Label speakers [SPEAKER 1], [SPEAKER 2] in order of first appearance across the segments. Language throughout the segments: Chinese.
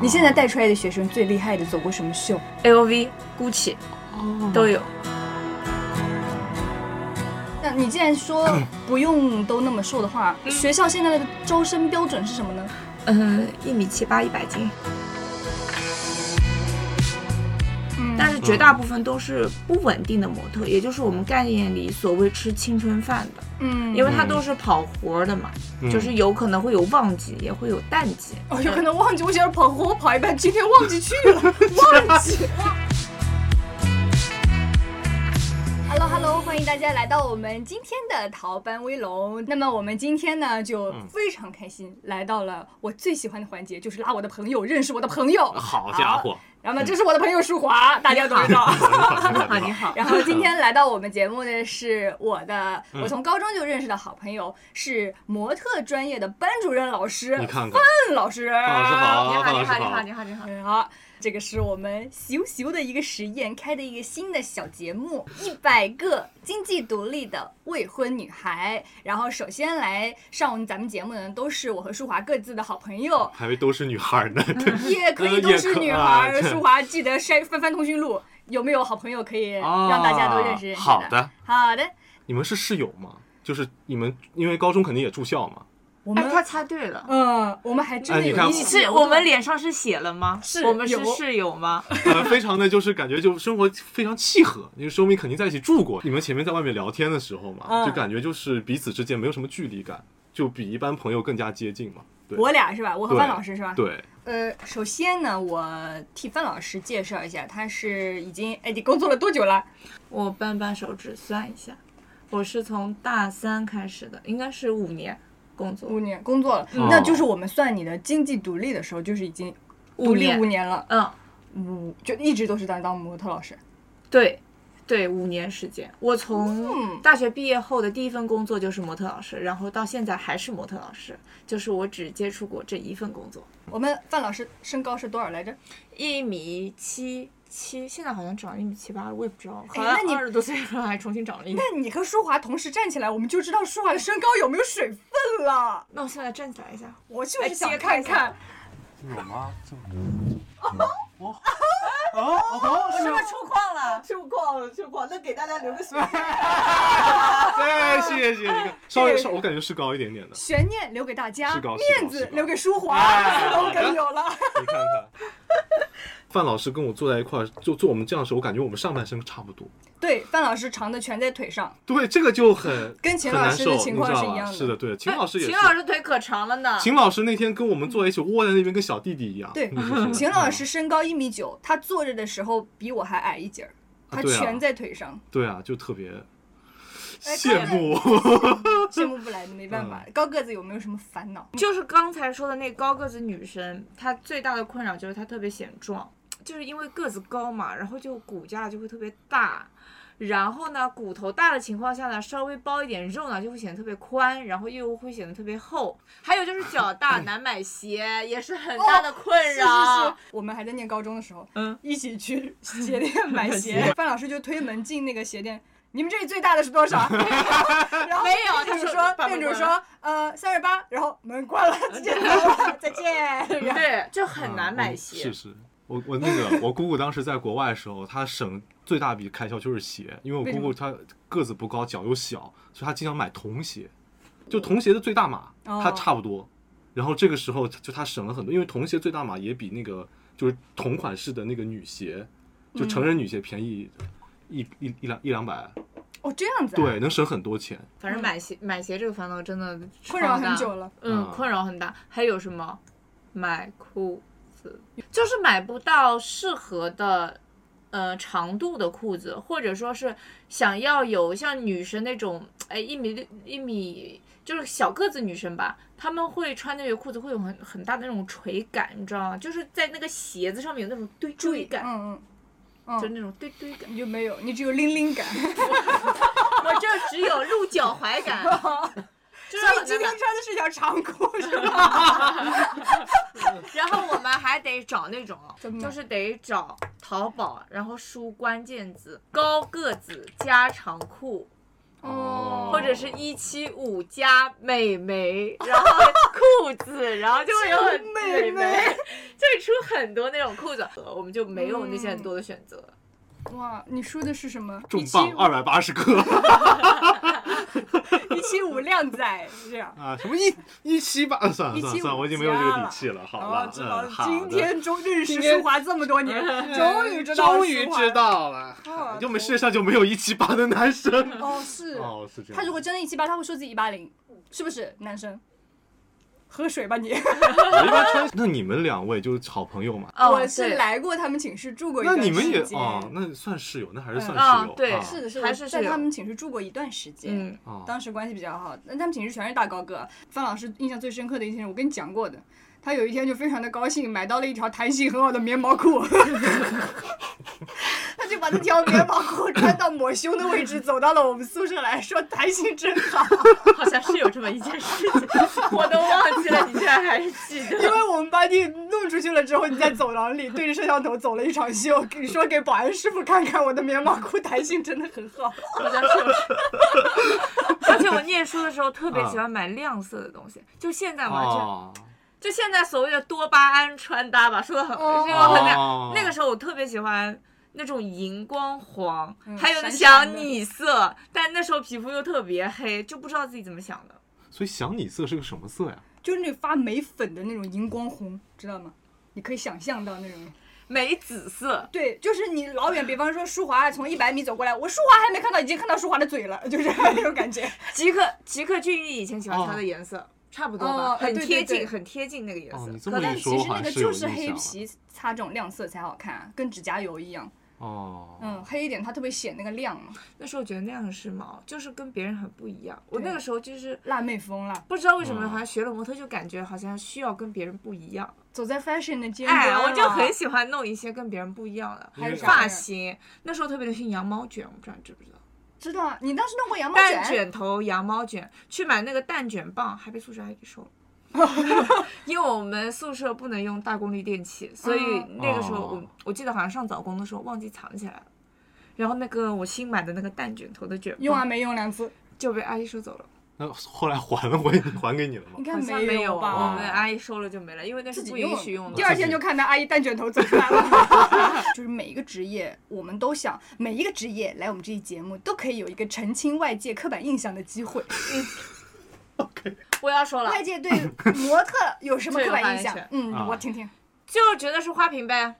[SPEAKER 1] 你现在带出来的学生最厉害的走过什么秀？
[SPEAKER 2] A O V、GUCCI 都有。
[SPEAKER 1] 那你既然 说不用都那么瘦的话，学校现在的招生标准是什么呢？
[SPEAKER 2] 嗯，一米七八，一百斤，
[SPEAKER 1] 嗯
[SPEAKER 2] 但是绝大部分都是不稳定的模特，也就是我们概念里所谓吃青春饭的，
[SPEAKER 1] 嗯，
[SPEAKER 2] 因为它都是跑活儿的嘛，就是有可能会有旺季，也会有淡季。
[SPEAKER 1] 哦，有可能忘记，我想跑活，我跑一半，今天忘记去 了，忘记。Hello Hello，欢迎大家来到我们今天的逃班威龙。那么我们今天呢，就非常开心，来到了我最喜欢的环节，就是拉我的朋友认识我的朋友。
[SPEAKER 3] 好家伙，
[SPEAKER 1] 然后呢，这是我的朋友舒华，大家都 知道。
[SPEAKER 2] 你好，你好，
[SPEAKER 1] 然后今
[SPEAKER 3] 嗯
[SPEAKER 1] 天来到我们节目的是我的，我从高中就认识的好朋友，是模特专业的班主任老师
[SPEAKER 3] 你看看，
[SPEAKER 1] 范老师。
[SPEAKER 3] 范老师好
[SPEAKER 2] 你好，你好，
[SPEAKER 3] 范
[SPEAKER 2] 你
[SPEAKER 3] 老
[SPEAKER 2] 好，
[SPEAKER 3] 师
[SPEAKER 2] 你好，你好。
[SPEAKER 1] 嗯好，这个是我们咻咻的一个实验开的一个新的小节目，一百个经济独立的未婚女孩。然后首先来上咱们节目的呢，都是我和舒华各自的好朋友，
[SPEAKER 3] 还以为都是女孩呢，
[SPEAKER 1] 也可以
[SPEAKER 3] 呃
[SPEAKER 1] 都
[SPEAKER 3] 也
[SPEAKER 1] 是
[SPEAKER 3] 可
[SPEAKER 1] 女孩
[SPEAKER 3] 啊
[SPEAKER 1] 儿。
[SPEAKER 3] 这
[SPEAKER 1] 舒华记得筛翻翻通讯录，有没有好朋友可以
[SPEAKER 3] 啊
[SPEAKER 1] 让大家都认识认识
[SPEAKER 3] 好
[SPEAKER 1] 的，
[SPEAKER 3] 的，
[SPEAKER 1] 好的，
[SPEAKER 3] 你们是室友吗？就是你们，因为高中肯定也住校嘛。
[SPEAKER 1] 我
[SPEAKER 2] 哎，
[SPEAKER 1] 们
[SPEAKER 2] 他猜对了。
[SPEAKER 1] 嗯，我们还真
[SPEAKER 3] 哎
[SPEAKER 1] 的
[SPEAKER 3] 你
[SPEAKER 1] 有
[SPEAKER 3] 看
[SPEAKER 1] 一
[SPEAKER 3] 我
[SPEAKER 1] 起
[SPEAKER 2] 是我们脸上是写了吗？
[SPEAKER 1] 是
[SPEAKER 2] 我们是
[SPEAKER 1] 有
[SPEAKER 2] 室友吗？
[SPEAKER 3] 呃，非常的就是感觉就生活非常契合，因为说明肯定在一起住过。你们前面在外面聊天的时候嘛，
[SPEAKER 1] 嗯
[SPEAKER 3] 就感觉就是彼此之间没有什么距离感，就比一般朋友更加接近嘛。对，
[SPEAKER 1] 我俩是吧？我和
[SPEAKER 3] 对
[SPEAKER 1] 范老师是吧？
[SPEAKER 3] 对，
[SPEAKER 1] 呃，首先呢，我替范老师介绍一下，他是已经哎，你工作了多久了？
[SPEAKER 2] 我扳扳手指算一下，我是从大三开始的，应该是五年工作，
[SPEAKER 1] 五年工作了，
[SPEAKER 3] 嗯
[SPEAKER 1] 那就是我们算你的经济独立的时候，就是已经独立
[SPEAKER 2] 年
[SPEAKER 1] 五年了，
[SPEAKER 2] 嗯，
[SPEAKER 1] 嗯，就一直都是在当模特老师。
[SPEAKER 2] 对，对，五年时间。我从
[SPEAKER 1] 嗯
[SPEAKER 2] 大学毕业后的第一份工作就是模特老师，然后到现在还是模特老师，就是我只接触过这一份工作。
[SPEAKER 1] 我们范老师身高是多少来着？
[SPEAKER 2] 一米七七，现在好像长了一米七八了，我也不知道，好
[SPEAKER 1] 哎那
[SPEAKER 2] 像
[SPEAKER 1] 你
[SPEAKER 2] 二十多岁的时候还重新长了一米。
[SPEAKER 1] 那你和舒华同时站起来，我们就知道舒华的身高有没有水分了。
[SPEAKER 2] 那我现在站起来一下，
[SPEAKER 1] 我就是
[SPEAKER 2] 来
[SPEAKER 1] 想
[SPEAKER 2] 揭开
[SPEAKER 1] 看
[SPEAKER 2] 一下
[SPEAKER 1] 看，
[SPEAKER 3] 有吗？
[SPEAKER 1] 哦
[SPEAKER 3] 哦
[SPEAKER 4] 是不是出框了？
[SPEAKER 5] 出框了，出框，那给大家留个悬念。
[SPEAKER 3] 哎，谢谢谢谢，你看稍微稍，我感觉是高一点点的，
[SPEAKER 1] 悬念留给大家，
[SPEAKER 3] 是高是高
[SPEAKER 1] 面
[SPEAKER 3] 是
[SPEAKER 1] 子
[SPEAKER 3] 高
[SPEAKER 1] 留给舒华，
[SPEAKER 3] 哎好的
[SPEAKER 1] slogan 有了。
[SPEAKER 3] 你看看。 范老师跟我坐在一块儿，就做我们这样的时候，我感觉我们上半身差不多。
[SPEAKER 1] 对，范老师长的全在腿上，
[SPEAKER 3] 对，这个就很
[SPEAKER 1] 跟秦
[SPEAKER 3] 很
[SPEAKER 1] 老
[SPEAKER 3] 难
[SPEAKER 1] 师
[SPEAKER 3] 受，
[SPEAKER 1] 的
[SPEAKER 3] 你
[SPEAKER 1] 情
[SPEAKER 3] 知
[SPEAKER 1] 况
[SPEAKER 3] 道
[SPEAKER 1] 是一
[SPEAKER 3] 吧？
[SPEAKER 1] 样的哎
[SPEAKER 3] 是的，对， 秦老师也
[SPEAKER 2] 秦
[SPEAKER 3] 是。
[SPEAKER 2] 老师腿可长了呢。
[SPEAKER 3] 秦老师那天跟我们坐在一起，窝在那边跟小弟弟一样。
[SPEAKER 1] 对
[SPEAKER 3] 你就觉得
[SPEAKER 1] 秦老师身高一米九，他坐着的时候比我还矮一截儿，他
[SPEAKER 3] 对啊
[SPEAKER 1] 全在腿上，
[SPEAKER 3] 对啊，就特别
[SPEAKER 1] 哎
[SPEAKER 3] 羡慕。
[SPEAKER 1] 羡慕不来的，没办
[SPEAKER 3] 嗯
[SPEAKER 1] 法。高个子有没有什么烦恼？
[SPEAKER 2] 就是刚才说的那高个子女生，她最大的困扰就是她特别显壮，就是因为个子高嘛，然后就骨架就会特别大，然后呢骨头大的情况下呢，稍微包一点肉呢就会显得特别宽，然后又会显得特别厚。还有就是脚大难买鞋，也是很大的困
[SPEAKER 1] 是是
[SPEAKER 2] 扰。
[SPEAKER 1] 是，我们还在念高中的时候，
[SPEAKER 2] 嗯，
[SPEAKER 1] 一起去鞋店买鞋，范老师就推门进那个鞋店。你们这里最大的是多少？然后
[SPEAKER 2] 没有
[SPEAKER 1] 店主
[SPEAKER 2] 他说
[SPEAKER 1] 说，
[SPEAKER 2] 把门
[SPEAKER 1] 店主
[SPEAKER 2] 关
[SPEAKER 1] 说，呃，三十八，然后门关了，直接走了，再见。
[SPEAKER 2] 对，就很难买
[SPEAKER 3] 嗯
[SPEAKER 2] 鞋
[SPEAKER 3] 是。是，我我那个我姑姑当时在国外的时候，她省最大笔开销就是鞋，因为我
[SPEAKER 1] 为什
[SPEAKER 3] 姑
[SPEAKER 1] 么
[SPEAKER 3] 姑她个子不高，脚又小，所以她经常买童鞋，就童鞋的最大码，
[SPEAKER 1] 哦
[SPEAKER 3] 她差不多。然后这个时候就她省了很多，因为童鞋最大码也比那个就是同款式的那个女鞋，就成人女鞋便宜一、一一两一两百，
[SPEAKER 1] 哦，这样子、啊，，
[SPEAKER 3] 对，能省很多钱。
[SPEAKER 2] 反正买鞋买鞋这个烦恼真的
[SPEAKER 1] 困扰
[SPEAKER 2] 超大
[SPEAKER 1] 很久了。
[SPEAKER 2] 嗯，
[SPEAKER 3] 嗯
[SPEAKER 2] 困扰很大。还有什么？买裤子，就是买不到适合的，呃，长度的裤子，或者说是想要有像女生那种，哎，一米六一米，就是小个子女生吧，她们会穿那个裤子会有很很大的那种垂感，你知道吗？就是在那个鞋子上面有那种堆堆 感，
[SPEAKER 1] 嗯
[SPEAKER 2] 就是那种堆堆感
[SPEAKER 1] 嗯，。你就没有，你只有拎拎感。
[SPEAKER 2] 我哦这只有露脚踝感， 就是
[SPEAKER 1] 所以
[SPEAKER 2] 很
[SPEAKER 1] 今天
[SPEAKER 2] 难
[SPEAKER 1] 穿
[SPEAKER 2] 买
[SPEAKER 1] 的是条长裤是 吧？
[SPEAKER 2] 然后我们还得找那种
[SPEAKER 1] 怎么，
[SPEAKER 2] 就是得找淘宝，然后输关键字“高个子加长裤”
[SPEAKER 1] 哦
[SPEAKER 2] 或者是一七五加 美眉，然后裤子，然后就会有很
[SPEAKER 1] 美眉
[SPEAKER 2] 眉，就会出个，呃我们就没有那些很多的选
[SPEAKER 1] 嗯
[SPEAKER 2] 择。
[SPEAKER 1] 哇，你说的是什么？
[SPEAKER 3] 重
[SPEAKER 1] 一七
[SPEAKER 3] 磅二百八十克
[SPEAKER 1] 一七五靓仔这样。
[SPEAKER 3] 啊！什么一一七八？啊算了算了
[SPEAKER 1] 175
[SPEAKER 3] 算了，我已经没有这个
[SPEAKER 1] 加
[SPEAKER 3] 底
[SPEAKER 1] 了
[SPEAKER 3] 气了。好
[SPEAKER 1] 哦，
[SPEAKER 3] 了，
[SPEAKER 1] 知道
[SPEAKER 3] 嗯，好的
[SPEAKER 1] 了。今天终认识
[SPEAKER 3] 今天
[SPEAKER 1] 舒华这么 多年，终于知道
[SPEAKER 3] 终于
[SPEAKER 1] 舒华
[SPEAKER 3] 知道了，
[SPEAKER 1] 哦
[SPEAKER 3] 哎我们世界上就没有一七八的男生。
[SPEAKER 1] 哦，是
[SPEAKER 3] 哦，是这样。
[SPEAKER 1] 他如果真的一七八，他会说自己一八零，是不是？男生，喝水吧你。
[SPEAKER 3] 我一般穿，那你们两位就是好朋友嘛？
[SPEAKER 2] 哦
[SPEAKER 1] 我是
[SPEAKER 2] 对
[SPEAKER 1] 来过他们寝室住过一
[SPEAKER 3] 那
[SPEAKER 1] 段
[SPEAKER 3] 你
[SPEAKER 1] 时间。
[SPEAKER 3] 们也哦，那算室友，那还是算
[SPEAKER 2] 嗯
[SPEAKER 3] 室友。
[SPEAKER 2] 啊对
[SPEAKER 3] 啊
[SPEAKER 1] 是的，是
[SPEAKER 2] 还
[SPEAKER 1] 的，
[SPEAKER 2] 是
[SPEAKER 1] 在
[SPEAKER 2] 室友
[SPEAKER 1] 他们寝室住过一段时间。
[SPEAKER 2] 嗯，
[SPEAKER 3] 啊
[SPEAKER 1] 当时关系比较好，那他们寝室全是大高个。范老师印象最深刻的一件事，我跟你讲过的，他有一天就非常的高兴，买到了一条弹性很好的棉毛裤， 他就把那条棉毛裤穿到抹胸的位置，走到了我们宿舍来说弹性真好，
[SPEAKER 2] 好像是有这么一件事情，我都忘记了，你居然还是记得。
[SPEAKER 1] 因为我们把你弄出去了之后，你在走廊里对着摄像头走了一场秀，给说给保安师傅看看我的棉毛裤弹性真的很好。
[SPEAKER 2] 好像是有。 而且我念书的时候特别喜欢买亮色的东西，就现在完全、
[SPEAKER 3] 啊哦
[SPEAKER 2] 就现在所谓的多巴胺穿搭吧，说的很
[SPEAKER 1] 哦
[SPEAKER 2] 这个很亮。
[SPEAKER 3] 哦
[SPEAKER 2] 那个时候我特别喜欢那种荧光黄，
[SPEAKER 1] 嗯
[SPEAKER 2] 还有
[SPEAKER 1] 闪
[SPEAKER 2] 那
[SPEAKER 1] 闪
[SPEAKER 2] 想
[SPEAKER 1] 的
[SPEAKER 2] 你色，但那时候皮肤又特别黑，就不知道自己怎么想的。
[SPEAKER 3] 所以想你色是个什么色呀？
[SPEAKER 1] 就是那发霉粉的那种荧光红，知道吗？你可以想象到那种，
[SPEAKER 2] 玫紫色，
[SPEAKER 1] 对，就是你老远，比方说舒华从一百米走过来，我舒华还没看到，已经看到舒华的嘴了，就是 那种感觉。
[SPEAKER 2] 吉克吉克隽逸以前喜欢穿的颜色。差不多吧，
[SPEAKER 1] 哦
[SPEAKER 2] 很
[SPEAKER 1] 对对
[SPEAKER 2] 贴近，
[SPEAKER 1] 对
[SPEAKER 2] 很贴近那个颜色。
[SPEAKER 3] 哦哦，你这么
[SPEAKER 1] 可但
[SPEAKER 3] 一
[SPEAKER 1] 其
[SPEAKER 3] 说，我
[SPEAKER 1] 实
[SPEAKER 3] 好
[SPEAKER 1] 那
[SPEAKER 3] 像
[SPEAKER 1] 个
[SPEAKER 3] 有啊
[SPEAKER 1] 就
[SPEAKER 3] 印
[SPEAKER 1] 是
[SPEAKER 3] 象
[SPEAKER 1] 黑
[SPEAKER 3] 了
[SPEAKER 1] 皮擦这种亮色才好看、啊，跟指甲油一样。
[SPEAKER 3] 哦，
[SPEAKER 1] 嗯，黑一点它特别显那个亮嘛，
[SPEAKER 2] 那时候觉得那样很时髦，就是跟别人很不一样。我
[SPEAKER 1] 对
[SPEAKER 2] 那个时候就是
[SPEAKER 1] 辣妹风了，
[SPEAKER 2] 不知道为什么，
[SPEAKER 3] 嗯
[SPEAKER 2] 好像学了模特就感觉好像需要跟别人不一样。
[SPEAKER 1] 走在 fashion 的尖端
[SPEAKER 2] 哎，
[SPEAKER 1] 了、
[SPEAKER 2] 我就很喜欢弄一些跟别人不一样的
[SPEAKER 1] 还有啥
[SPEAKER 2] 发
[SPEAKER 1] 呀
[SPEAKER 2] 型。那时候特别流行羊毛卷，我不知道你知不知道？
[SPEAKER 1] 知道啊，你当时弄过羊毛
[SPEAKER 2] 蛋卷头、羊毛卷，去买那个蛋卷棒，还被宿舍阿姨 给收了。因为我们宿舍不能用大功率电器，所以
[SPEAKER 1] 嗯
[SPEAKER 2] 那个时候我、
[SPEAKER 3] 哦
[SPEAKER 2] 我记得好像上早功的时候忘记藏起来了，然后那个我新买的那个蛋卷头的卷
[SPEAKER 1] 用完
[SPEAKER 2] 棒
[SPEAKER 1] 没用两次，
[SPEAKER 2] 就被阿姨收走了。
[SPEAKER 3] 那后来还了回还给你了吗
[SPEAKER 1] 应？该
[SPEAKER 2] 好像
[SPEAKER 1] 没啊
[SPEAKER 2] 有
[SPEAKER 1] 吧？嗯
[SPEAKER 2] 我
[SPEAKER 3] 哦
[SPEAKER 2] 们阿姨收了就没了，因为那是
[SPEAKER 1] 自己
[SPEAKER 2] 不
[SPEAKER 1] 用
[SPEAKER 2] 允许用
[SPEAKER 1] 第
[SPEAKER 2] 的。
[SPEAKER 1] 二天就看到阿姨蛋卷头走出来了。 就是每一个职业，我们都想每一个职业来我们这一节目都可以有一个澄清外界刻板印象的机会。
[SPEAKER 2] 我要说了，
[SPEAKER 1] 外界对模特有什么刻板印象
[SPEAKER 2] 这个话？
[SPEAKER 1] 嗯
[SPEAKER 3] 啊，
[SPEAKER 1] 我听听。
[SPEAKER 2] 就觉得是花瓶呗，
[SPEAKER 3] 哎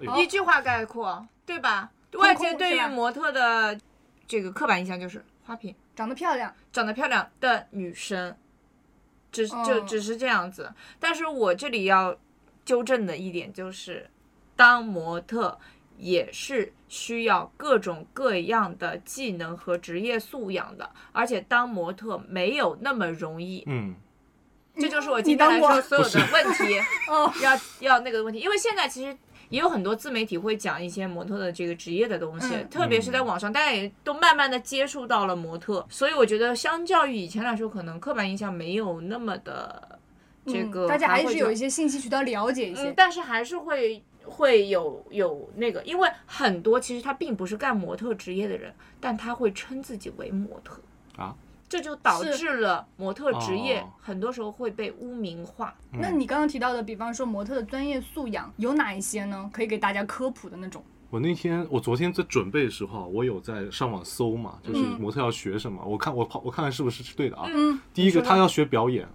[SPEAKER 3] 呦
[SPEAKER 2] 一句话概括，对吧？
[SPEAKER 1] 空
[SPEAKER 2] 外界对
[SPEAKER 1] 是
[SPEAKER 2] 于
[SPEAKER 1] 吧
[SPEAKER 2] 模特的这个刻板印象就是花瓶，
[SPEAKER 1] 长得漂亮，
[SPEAKER 2] 长得漂亮的女生，只
[SPEAKER 1] 嗯
[SPEAKER 2] 就只是这样子。但是我这里要纠正的一点就是，当模特也是需要各种各样的技能和职业素养的，而且当模特没有那么容易。
[SPEAKER 3] 嗯，
[SPEAKER 2] 这就是我
[SPEAKER 1] 你
[SPEAKER 2] 今天来
[SPEAKER 1] 当我
[SPEAKER 2] 说所有的问题。
[SPEAKER 1] 哦，
[SPEAKER 2] 要要那个问题，因为现在其实也有很多自媒体会讲一些模特的这个职业的东西，
[SPEAKER 1] 嗯
[SPEAKER 2] 特别是在网上，大家也都慢慢的接触到了模特，所以我觉得相较于以前来说，可能刻板印象没有那么的这个，
[SPEAKER 1] 嗯大家还是有一
[SPEAKER 2] 些，
[SPEAKER 1] 些信息渠道了解一
[SPEAKER 2] 嗯
[SPEAKER 1] 些，。
[SPEAKER 2] 但是还是会。会有有那个，因为很多其实他并不是干模特职业的人，但他会称自己为模特
[SPEAKER 3] 啊，
[SPEAKER 2] 这就导
[SPEAKER 1] 是
[SPEAKER 2] 致了模特职业
[SPEAKER 3] 哦
[SPEAKER 2] 很多时候会被污名化。
[SPEAKER 3] 嗯
[SPEAKER 1] 那你刚刚提到的，比方说模特的专业素养有哪一些呢？可以给大家科普的那种。
[SPEAKER 3] 我那天我昨天在准备的时候啊，我有在上网搜嘛，就是
[SPEAKER 1] 嗯
[SPEAKER 3] 模特要学什么，我看我跑我看看是不是是对的啊。
[SPEAKER 1] 嗯，
[SPEAKER 3] 第一个，
[SPEAKER 2] 你说吧
[SPEAKER 3] 他要学表演，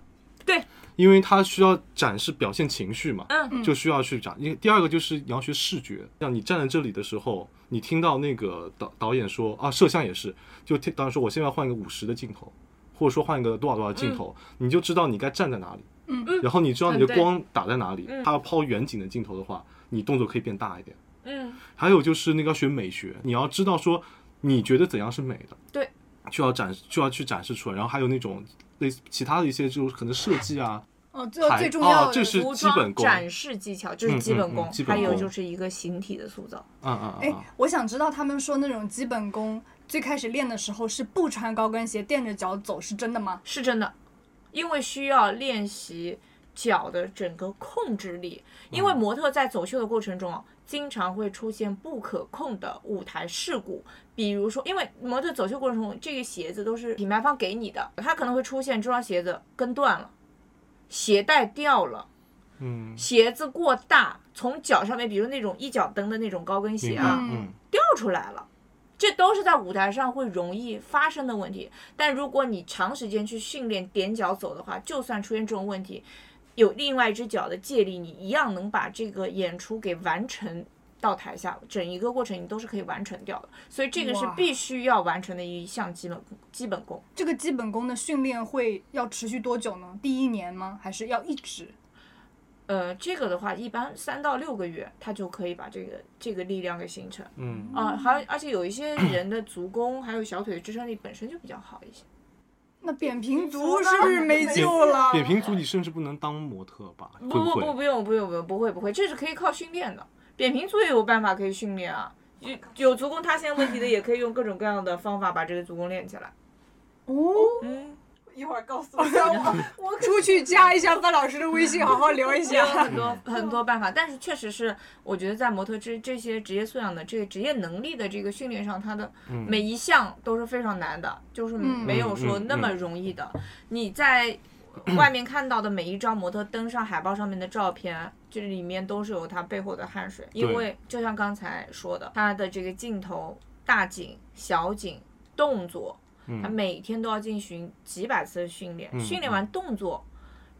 [SPEAKER 2] 对，
[SPEAKER 3] 因为他需要展示表现情绪嘛，
[SPEAKER 2] 嗯
[SPEAKER 1] 嗯
[SPEAKER 3] 就需要去展。因为第二个就是你要学视觉，像你站在这里的时候，你听到那个导导演说啊，摄像也是，就听导演说我现在要换一个五十的镜头，或者说换一个多少多少镜头，你就知道你该站在哪里，
[SPEAKER 1] 嗯
[SPEAKER 2] 嗯
[SPEAKER 3] 然后你知道你的
[SPEAKER 2] 嗯对
[SPEAKER 3] 光打在哪里。
[SPEAKER 2] 嗯
[SPEAKER 3] 他要抛远景的镜头的话，你动作可以变大一点。
[SPEAKER 2] 嗯，
[SPEAKER 3] 还有就是那个要学美学，你要知道说你觉得怎样是美的，
[SPEAKER 2] 对，
[SPEAKER 3] 就要展就要去展示出来。然后还有那种类似其他的一些，就是可能设计啊，
[SPEAKER 1] 哦，最后
[SPEAKER 3] 还
[SPEAKER 1] 最重要
[SPEAKER 3] 哦
[SPEAKER 1] 的
[SPEAKER 3] 这是
[SPEAKER 2] 服
[SPEAKER 3] 基本
[SPEAKER 2] 装
[SPEAKER 3] 功
[SPEAKER 2] 展示技巧，这
[SPEAKER 3] 嗯
[SPEAKER 2] 是
[SPEAKER 3] 嗯
[SPEAKER 2] 基本功
[SPEAKER 3] 嗯，基本
[SPEAKER 2] 还有
[SPEAKER 3] 功
[SPEAKER 2] 就是一个形体的塑造。
[SPEAKER 3] 嗯嗯嗯
[SPEAKER 1] 哎
[SPEAKER 3] 嗯，，
[SPEAKER 1] 我想知道他们说那种基本功，最开始练的时候是不穿高跟鞋，垫着脚走，是真的吗？
[SPEAKER 2] 是真的，因为需要练习脚的整个控制力，因
[SPEAKER 3] 嗯
[SPEAKER 2] 为模特在走秀的过程中啊，经常会出现不可控的舞台事故，比如说，因为模特走秀过程中，这个鞋子都是品牌方给你的，它可能会出现这双鞋子跟断了，鞋带掉了。
[SPEAKER 3] 嗯
[SPEAKER 2] 鞋子过大，从脚上面，比如那种一脚蹬的那种高跟鞋
[SPEAKER 3] 明白
[SPEAKER 2] 啊，
[SPEAKER 3] 嗯
[SPEAKER 2] 掉出来了。这都是在舞台上会容易发生的问题，但如果你长时间去训练踮脚走的话，就算出现这种问题，有另外一只脚的借力，你一样能把这个演出给完成到台下，整一个过程你都是可以完成掉的。所以这个是
[SPEAKER 1] 哇
[SPEAKER 2] 必须要完成的一项基本基本功。
[SPEAKER 1] 这个基本功的训练会要持续多久呢？第一年吗？还是要一直？
[SPEAKER 2] 呃，这个的话，一般三到六个月，他就可以把这个这个力量给形成。
[SPEAKER 3] 嗯，
[SPEAKER 2] 啊，还有而且有一些人的足弓还有小腿支撑力本身就比较好一些。
[SPEAKER 1] 那扁平足是不是没救了？
[SPEAKER 3] 扁平足你甚至不能当模特吧？会
[SPEAKER 2] 不不
[SPEAKER 3] 会
[SPEAKER 2] 不，？不用不用不用，不会不会，这是可以靠训练的。扁平足也有办法可以训练啊，有有足弓塌陷问题的也可以用各种各样的方法把这个足弓练起来。
[SPEAKER 1] 哦，
[SPEAKER 2] 嗯，
[SPEAKER 5] 一会儿告 诉我，我可
[SPEAKER 1] 出去加一下范老师的微信，好好 聊一
[SPEAKER 2] 有
[SPEAKER 3] 啊
[SPEAKER 1] 下。
[SPEAKER 2] 很多很多办法，但是确实是，我觉得在模特这这些职业素养的这个职业能力的这个训练上，它的
[SPEAKER 3] 嗯
[SPEAKER 2] 每一项都是非常难的，就是
[SPEAKER 1] 嗯
[SPEAKER 2] 没有说
[SPEAKER 3] 嗯嗯
[SPEAKER 2] 那么容易的。你 在外面看到的每一张模特登上海报上面的照片，这里面都是有他背后的汗水，因
[SPEAKER 3] 对
[SPEAKER 2] 为就像刚才说的，他的这个镜头、大景、小景、动作，他
[SPEAKER 3] 嗯
[SPEAKER 2] 每天都要进行几百次的训练，
[SPEAKER 3] 嗯
[SPEAKER 2] 训练完动作。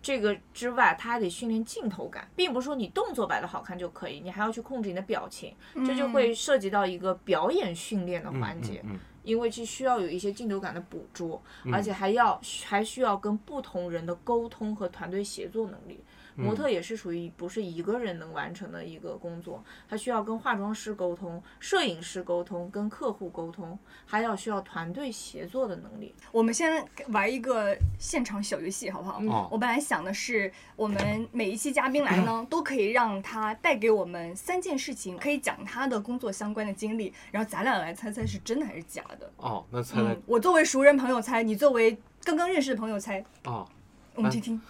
[SPEAKER 2] 这个之外，他还得训练镜头感，并不是说你动作摆的好看就可以，你还要去控制你的表情，这就
[SPEAKER 1] 嗯
[SPEAKER 2] 会涉及到一个表演训练的
[SPEAKER 3] 嗯
[SPEAKER 2] 环节，
[SPEAKER 3] 嗯
[SPEAKER 2] 因为这需要有一些镜头感的捕捉，
[SPEAKER 3] 嗯
[SPEAKER 2] 而且还要还需要跟不同人的沟通和团队协作能力。模
[SPEAKER 3] 嗯
[SPEAKER 2] 特也是属于不是一个人能完成的一个工作，他需要跟化妆师沟通、摄影师沟通、跟客户沟通，还要需要团队协作的能力。
[SPEAKER 1] 我们先玩一个现场小游戏，好不好？
[SPEAKER 3] 嗯哦
[SPEAKER 1] 我本来想的是，我们每一期嘉宾来 呢，都可以让他带给我们三件事情，可以讲他的工作相关的经历，然后咱俩来猜猜是真的还是假的。
[SPEAKER 3] 哦，那猜猜
[SPEAKER 1] 嗯，我作为熟人朋友猜，你作为刚刚认识的朋友猜，
[SPEAKER 3] 啊，
[SPEAKER 1] 我们
[SPEAKER 3] 啊
[SPEAKER 1] 听听。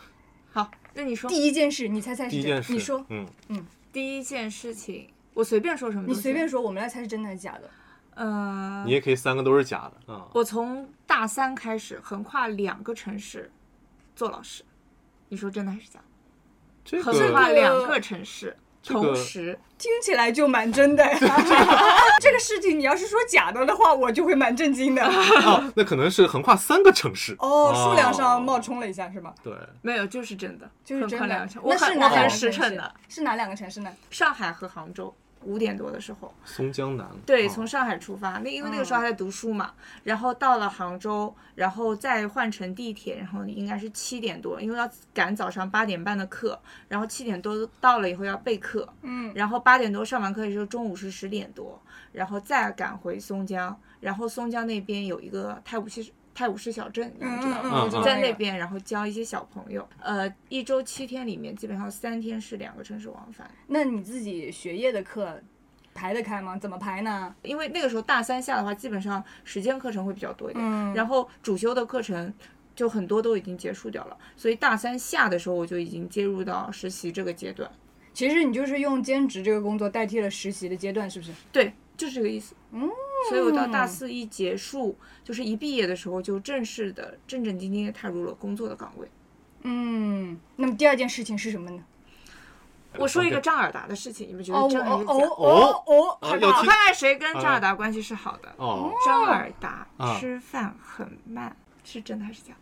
[SPEAKER 2] 好，那你说
[SPEAKER 1] 第一件事，你猜猜
[SPEAKER 3] 第一
[SPEAKER 1] 是真
[SPEAKER 3] 件
[SPEAKER 1] 的？
[SPEAKER 3] 事，
[SPEAKER 1] 你说，
[SPEAKER 3] 嗯，
[SPEAKER 2] 第一件事情，我随便说什么都
[SPEAKER 1] 你
[SPEAKER 2] 行
[SPEAKER 1] 随便。说，我们来猜是真的还是假的？
[SPEAKER 2] 嗯、
[SPEAKER 3] 你也可以三个都是假的啊。
[SPEAKER 2] 我从大三开始横跨两个城市做老师，你说真的还是假的？
[SPEAKER 3] 这
[SPEAKER 2] 横跨
[SPEAKER 3] 个
[SPEAKER 2] 两个城市，
[SPEAKER 3] 这个
[SPEAKER 2] 同时，
[SPEAKER 1] 听起来就蛮真的呀。 这个事情你要是说假的的话，我就会蛮震惊的。
[SPEAKER 3] 啊，那可能是横跨三个城市
[SPEAKER 1] 哦，数量上冒充了一下是吧？
[SPEAKER 3] 对，
[SPEAKER 2] 没有就是真的，
[SPEAKER 1] 就是
[SPEAKER 2] 横
[SPEAKER 1] 真
[SPEAKER 2] 跨两
[SPEAKER 1] 的
[SPEAKER 2] 个城。我
[SPEAKER 1] 那是
[SPEAKER 2] 很
[SPEAKER 1] 哪两
[SPEAKER 2] 我
[SPEAKER 1] 个
[SPEAKER 2] 很
[SPEAKER 1] 城市
[SPEAKER 2] 实诚的，？
[SPEAKER 1] 是哪两个城市呢？
[SPEAKER 2] 上海和杭州。五点多的时候，
[SPEAKER 3] 松江南
[SPEAKER 2] 对，
[SPEAKER 1] 哦
[SPEAKER 3] 啊
[SPEAKER 2] 从上海出发，那因为那个时候还在读书嘛，然后到了杭州，然后再换乘地铁，然后应该是七点多，因为要赶早上八点半的课，然后七点多到了以后要备课，
[SPEAKER 1] 嗯，
[SPEAKER 2] 然后八点多上完课的时候，中午是十点多，然后再赶回松江，然后松江那边有一个太武溪太武市小镇，你们知道
[SPEAKER 1] 嗯
[SPEAKER 2] 吗？
[SPEAKER 1] 嗯，我知道
[SPEAKER 3] 嗯
[SPEAKER 2] 在
[SPEAKER 1] 个
[SPEAKER 2] 那边，然后教一些小朋友。呃，一周七天里面，基本上三天是两个城市往返，
[SPEAKER 1] 那你自己学业的课排得开吗？怎么排呢？
[SPEAKER 2] 因为那个时候大三下的话，基本上实践课程会比较多一点，
[SPEAKER 1] 嗯
[SPEAKER 2] 然后主修的课程。就很多都已经结束掉了，所以大三下的时候我就已经介入到实习这个阶段。
[SPEAKER 1] 其实你就是用兼职这个工作代替了实习的阶段，是不是？
[SPEAKER 2] 对，就是这个意思。
[SPEAKER 1] 嗯，
[SPEAKER 2] 所以我到大四一结束，就是一毕业的时候，就正式的、正正经经的踏入了工作的岗位。
[SPEAKER 1] 嗯，那么第二件事情是什么呢？
[SPEAKER 2] 我说一个
[SPEAKER 3] OK
[SPEAKER 2] 扎尔达的事情，你们觉
[SPEAKER 1] 哦
[SPEAKER 2] 得真还是
[SPEAKER 1] 哦
[SPEAKER 2] 假？
[SPEAKER 1] 哦哦
[SPEAKER 3] 哦
[SPEAKER 1] 哦，
[SPEAKER 3] 要
[SPEAKER 2] 我
[SPEAKER 3] 听
[SPEAKER 2] 看看谁跟扎尔达关系是好的。
[SPEAKER 3] 哦，
[SPEAKER 2] 扎尔达
[SPEAKER 3] 啊
[SPEAKER 2] 吃饭很慢，是真的还是假？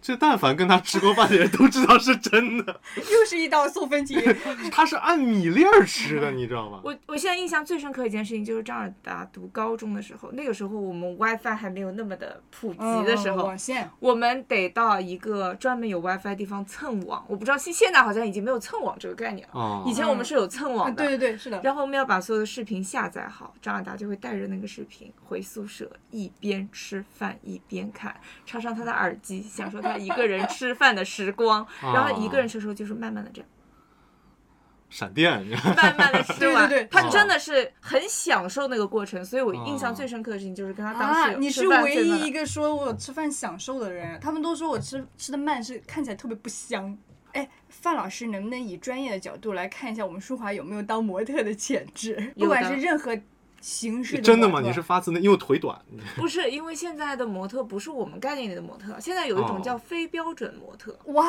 [SPEAKER 3] 这但凡跟他吃过饭的人都知道是真的，
[SPEAKER 1] 又是一道送分题。
[SPEAKER 3] 他是按米粒儿吃的，你知道吗？
[SPEAKER 2] 我我现在印象最深刻的一件事情就是扎尔达读高中的时候，那个时候我们 WiFi 还没有那么的普及的时
[SPEAKER 1] 嗯
[SPEAKER 2] 候，
[SPEAKER 1] 网线
[SPEAKER 2] 我们得到一个专门有 WiFi 的地方蹭网。我不知道现现在好像已经没有蹭网这个概念了，
[SPEAKER 3] 哦
[SPEAKER 2] 以前我们是有蹭
[SPEAKER 1] 啊，
[SPEAKER 2] 网的。
[SPEAKER 1] 对对对，是的。
[SPEAKER 2] 然后我们要把所有的视频下载好，张尔达就会带着那个视频回宿舍，一边吃饭一边看，插上他的耳机，享受他一个人吃饭的 时光。
[SPEAKER 1] 啊
[SPEAKER 2] 然后一个人吃的时候就是慢慢的这样，
[SPEAKER 3] 闪电，
[SPEAKER 2] 慢慢的吃完。
[SPEAKER 1] 对对对
[SPEAKER 2] 他
[SPEAKER 3] 哦
[SPEAKER 2] 真的是很享受那个过程，所以我印象最深刻的事情就是跟他当
[SPEAKER 1] 啊
[SPEAKER 2] 时，有
[SPEAKER 1] 你是
[SPEAKER 2] 吃饭
[SPEAKER 1] 唯
[SPEAKER 2] 最慢的
[SPEAKER 1] 一一个说我吃饭享受的人，他们都说我吃吃的慢是看起来特别不香。哎，范老师能不能以专业的角度来看一下我们舒华有没有当模特的潜质？
[SPEAKER 2] 有的
[SPEAKER 1] 不管是任何形式
[SPEAKER 3] 真的吗？
[SPEAKER 1] 模特
[SPEAKER 3] 你是发自内，因为我腿短，
[SPEAKER 2] 不是，因为现在的模特不是我们概念里的模特，现在有一种
[SPEAKER 3] 哦
[SPEAKER 2] 叫非标准模特，
[SPEAKER 1] 哇，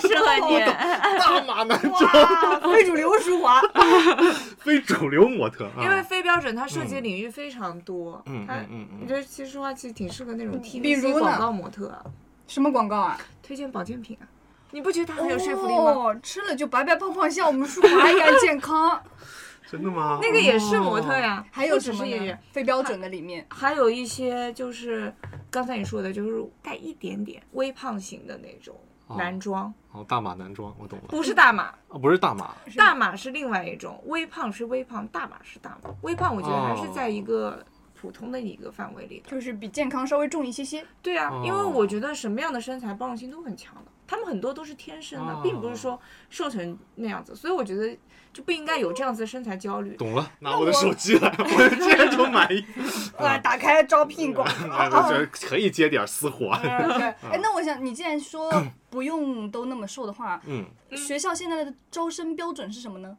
[SPEAKER 2] 适合你。
[SPEAKER 3] 大码男装，
[SPEAKER 1] 哇，非主流舒华，
[SPEAKER 3] 非主流模特啊，
[SPEAKER 2] 因为非标准它涉及领域非常多，
[SPEAKER 3] 嗯
[SPEAKER 2] 它
[SPEAKER 3] 嗯嗯
[SPEAKER 2] 我
[SPEAKER 3] 嗯，
[SPEAKER 2] 觉得其实话其实挺适合那种
[SPEAKER 1] 比
[SPEAKER 2] TVC
[SPEAKER 1] 如呢
[SPEAKER 2] 广告模特啊，
[SPEAKER 1] 什么广告啊？
[SPEAKER 2] 推荐保健品啊，你不觉得它很有说服力吗？
[SPEAKER 1] 哦，吃了就白白胖胖，像我们舒华一样健康。
[SPEAKER 3] 真的吗？
[SPEAKER 2] 那个也是模特呀，
[SPEAKER 1] 还有
[SPEAKER 2] 不
[SPEAKER 1] 什
[SPEAKER 2] 只
[SPEAKER 1] 么
[SPEAKER 2] 是演
[SPEAKER 1] 呢
[SPEAKER 2] 员？，
[SPEAKER 1] 非标准的里面，
[SPEAKER 2] 还有一些就是刚才你说的，就是带一点点微胖型的那种
[SPEAKER 3] 哦
[SPEAKER 2] 男装，
[SPEAKER 3] 哦，大码男装，我懂了，
[SPEAKER 2] 不是大码，
[SPEAKER 3] 啊，不是大码，
[SPEAKER 1] 是
[SPEAKER 2] 大码是另外一种，微胖是微胖，大码是大码。微胖我觉得还是在一
[SPEAKER 3] 哦
[SPEAKER 2] 个普通的一个范围里的。
[SPEAKER 1] 就是比健康稍微重一些些。
[SPEAKER 2] 对啊
[SPEAKER 3] 哦，
[SPEAKER 2] 因为我觉得什么样的身材包容性都很强的，他们很多都是天生的
[SPEAKER 3] 哦，
[SPEAKER 2] 并不是说瘦成那样子，所以我觉得就不应该有这样子的身材焦虑。
[SPEAKER 3] 懂了，拿我的手机来，我直接就买一，
[SPEAKER 1] 哇，打开招聘广告。
[SPEAKER 3] 哎我觉得可以接点私活， 嗯
[SPEAKER 1] 哎，那我想，你既 然说不用都那么瘦的话，
[SPEAKER 3] 嗯，
[SPEAKER 1] 学校现在的招生标准是什么呢？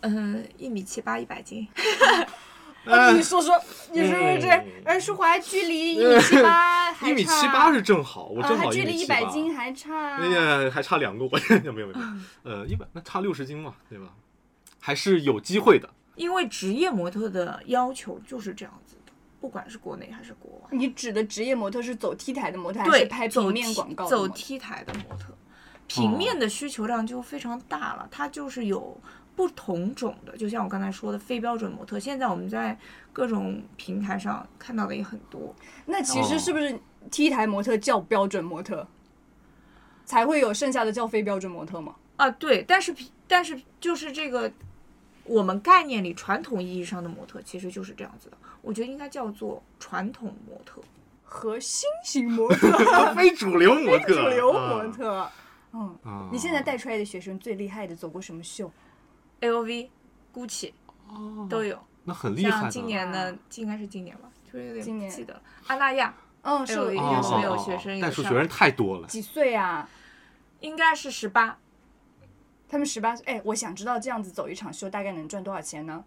[SPEAKER 2] 嗯，一米七八，一百斤，
[SPEAKER 1] 啊你说说，你是不是这
[SPEAKER 3] 嗯？
[SPEAKER 1] 哎，舒华距离一米七八还差
[SPEAKER 3] 一米七八是正好，我
[SPEAKER 1] 啊，
[SPEAKER 3] 正
[SPEAKER 1] 还
[SPEAKER 3] 好
[SPEAKER 1] 距离
[SPEAKER 3] 米
[SPEAKER 1] 一
[SPEAKER 3] 七八
[SPEAKER 1] 百，斤还差。
[SPEAKER 3] 哎呀，还差两个我， 没有没有没有，呃，一百那差六十斤嘛，对吧？还是有机会的，
[SPEAKER 2] 因为职业模特的要求就是这样子的，不管是国内还是国外。
[SPEAKER 1] 你指的职业模特是走 T 台的模特，还
[SPEAKER 2] 对，
[SPEAKER 1] 是拍平面广告的
[SPEAKER 2] 走
[SPEAKER 1] 模
[SPEAKER 2] T- 走
[SPEAKER 1] 特
[SPEAKER 2] T 台的模特，
[SPEAKER 3] 哦
[SPEAKER 2] 平面的需求量就非常大了，它就是有。不同种的，就像我刚才说的非标准模特，现在我们在各种平台上看到的也很多。
[SPEAKER 1] 那其实
[SPEAKER 3] 哦
[SPEAKER 1] 是不是 T 台模特叫标准模特，才会有剩下的叫非标准模特嘛？
[SPEAKER 2] 啊，对，但是但是就是这个，我们概念里传统意义上的模特其实就是这样子的，我觉得应该叫做传统模特。
[SPEAKER 1] 和新型模 特、
[SPEAKER 3] 非主流模特，
[SPEAKER 1] 主流模特。嗯，
[SPEAKER 3] 啊，啊
[SPEAKER 1] 你现在带出来的学生最厉害的走过什么秀？
[SPEAKER 2] LV、GUCCI
[SPEAKER 1] 嗯
[SPEAKER 2] 都有，
[SPEAKER 3] 那很厉害
[SPEAKER 2] 像
[SPEAKER 3] 的，
[SPEAKER 2] 今年的，应该是今年吧，就是有
[SPEAKER 1] 今
[SPEAKER 2] 点不
[SPEAKER 1] 年
[SPEAKER 2] 记得了。安那亚
[SPEAKER 1] 嗯，是我
[SPEAKER 2] 哎
[SPEAKER 1] 一
[SPEAKER 2] 呦
[SPEAKER 1] 定要
[SPEAKER 2] 哦
[SPEAKER 1] 是
[SPEAKER 2] 没有
[SPEAKER 1] 有
[SPEAKER 2] 学生有
[SPEAKER 3] 带出
[SPEAKER 2] 上
[SPEAKER 3] 学生太多了，
[SPEAKER 1] 几岁啊？
[SPEAKER 2] 应该是十八，
[SPEAKER 1] 他们十八岁，哎，我想知道这样子走一场秀大概能赚多少钱呢？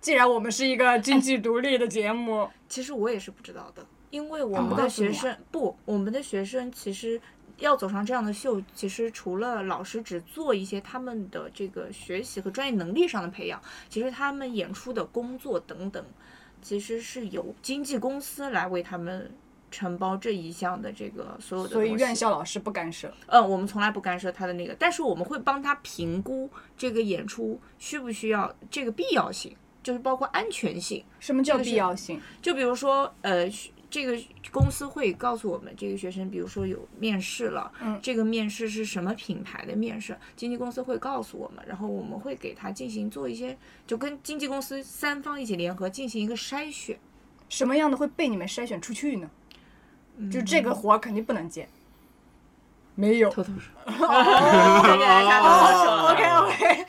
[SPEAKER 1] 既然我们是一个经济独立的节 目，
[SPEAKER 2] 其实我也是不知道的，因为我
[SPEAKER 1] 他们
[SPEAKER 2] 们
[SPEAKER 1] 告
[SPEAKER 2] 的
[SPEAKER 1] 诉你
[SPEAKER 2] 学
[SPEAKER 1] 啊
[SPEAKER 2] 生不，我们的学生其实要走上这样的秀，其实除了老师只做一些他们的这个学习和专业能力上的培养，其实他们演出的工作等等，其实是由经纪公司来为他们承包这一项的这个所有的
[SPEAKER 1] 所以
[SPEAKER 2] 东
[SPEAKER 1] 院
[SPEAKER 2] 西
[SPEAKER 1] 校老师不干涉。
[SPEAKER 2] 嗯，我们从来不干涉他的那个，但是我们会帮他评估这个演出需不需要这个必要性，就是包括安全性。
[SPEAKER 1] 什么叫
[SPEAKER 2] 这个是
[SPEAKER 1] 必要性？
[SPEAKER 2] 就比如说，呃，学这个公司会告诉我们这个学生，比如说有面试了，
[SPEAKER 1] 嗯
[SPEAKER 2] 这个面试是什么品牌的面试，经纪公司会告诉我们，然后我们会给他进行做一些，就跟经纪公司三方一起联合进行一个筛选。
[SPEAKER 1] 什么样的会被你们筛选出去呢？就这
[SPEAKER 2] 嗯
[SPEAKER 1] 个活儿肯定不能接。没有
[SPEAKER 2] 偷偷说，
[SPEAKER 3] 大家一下
[SPEAKER 1] 哦，OK OK。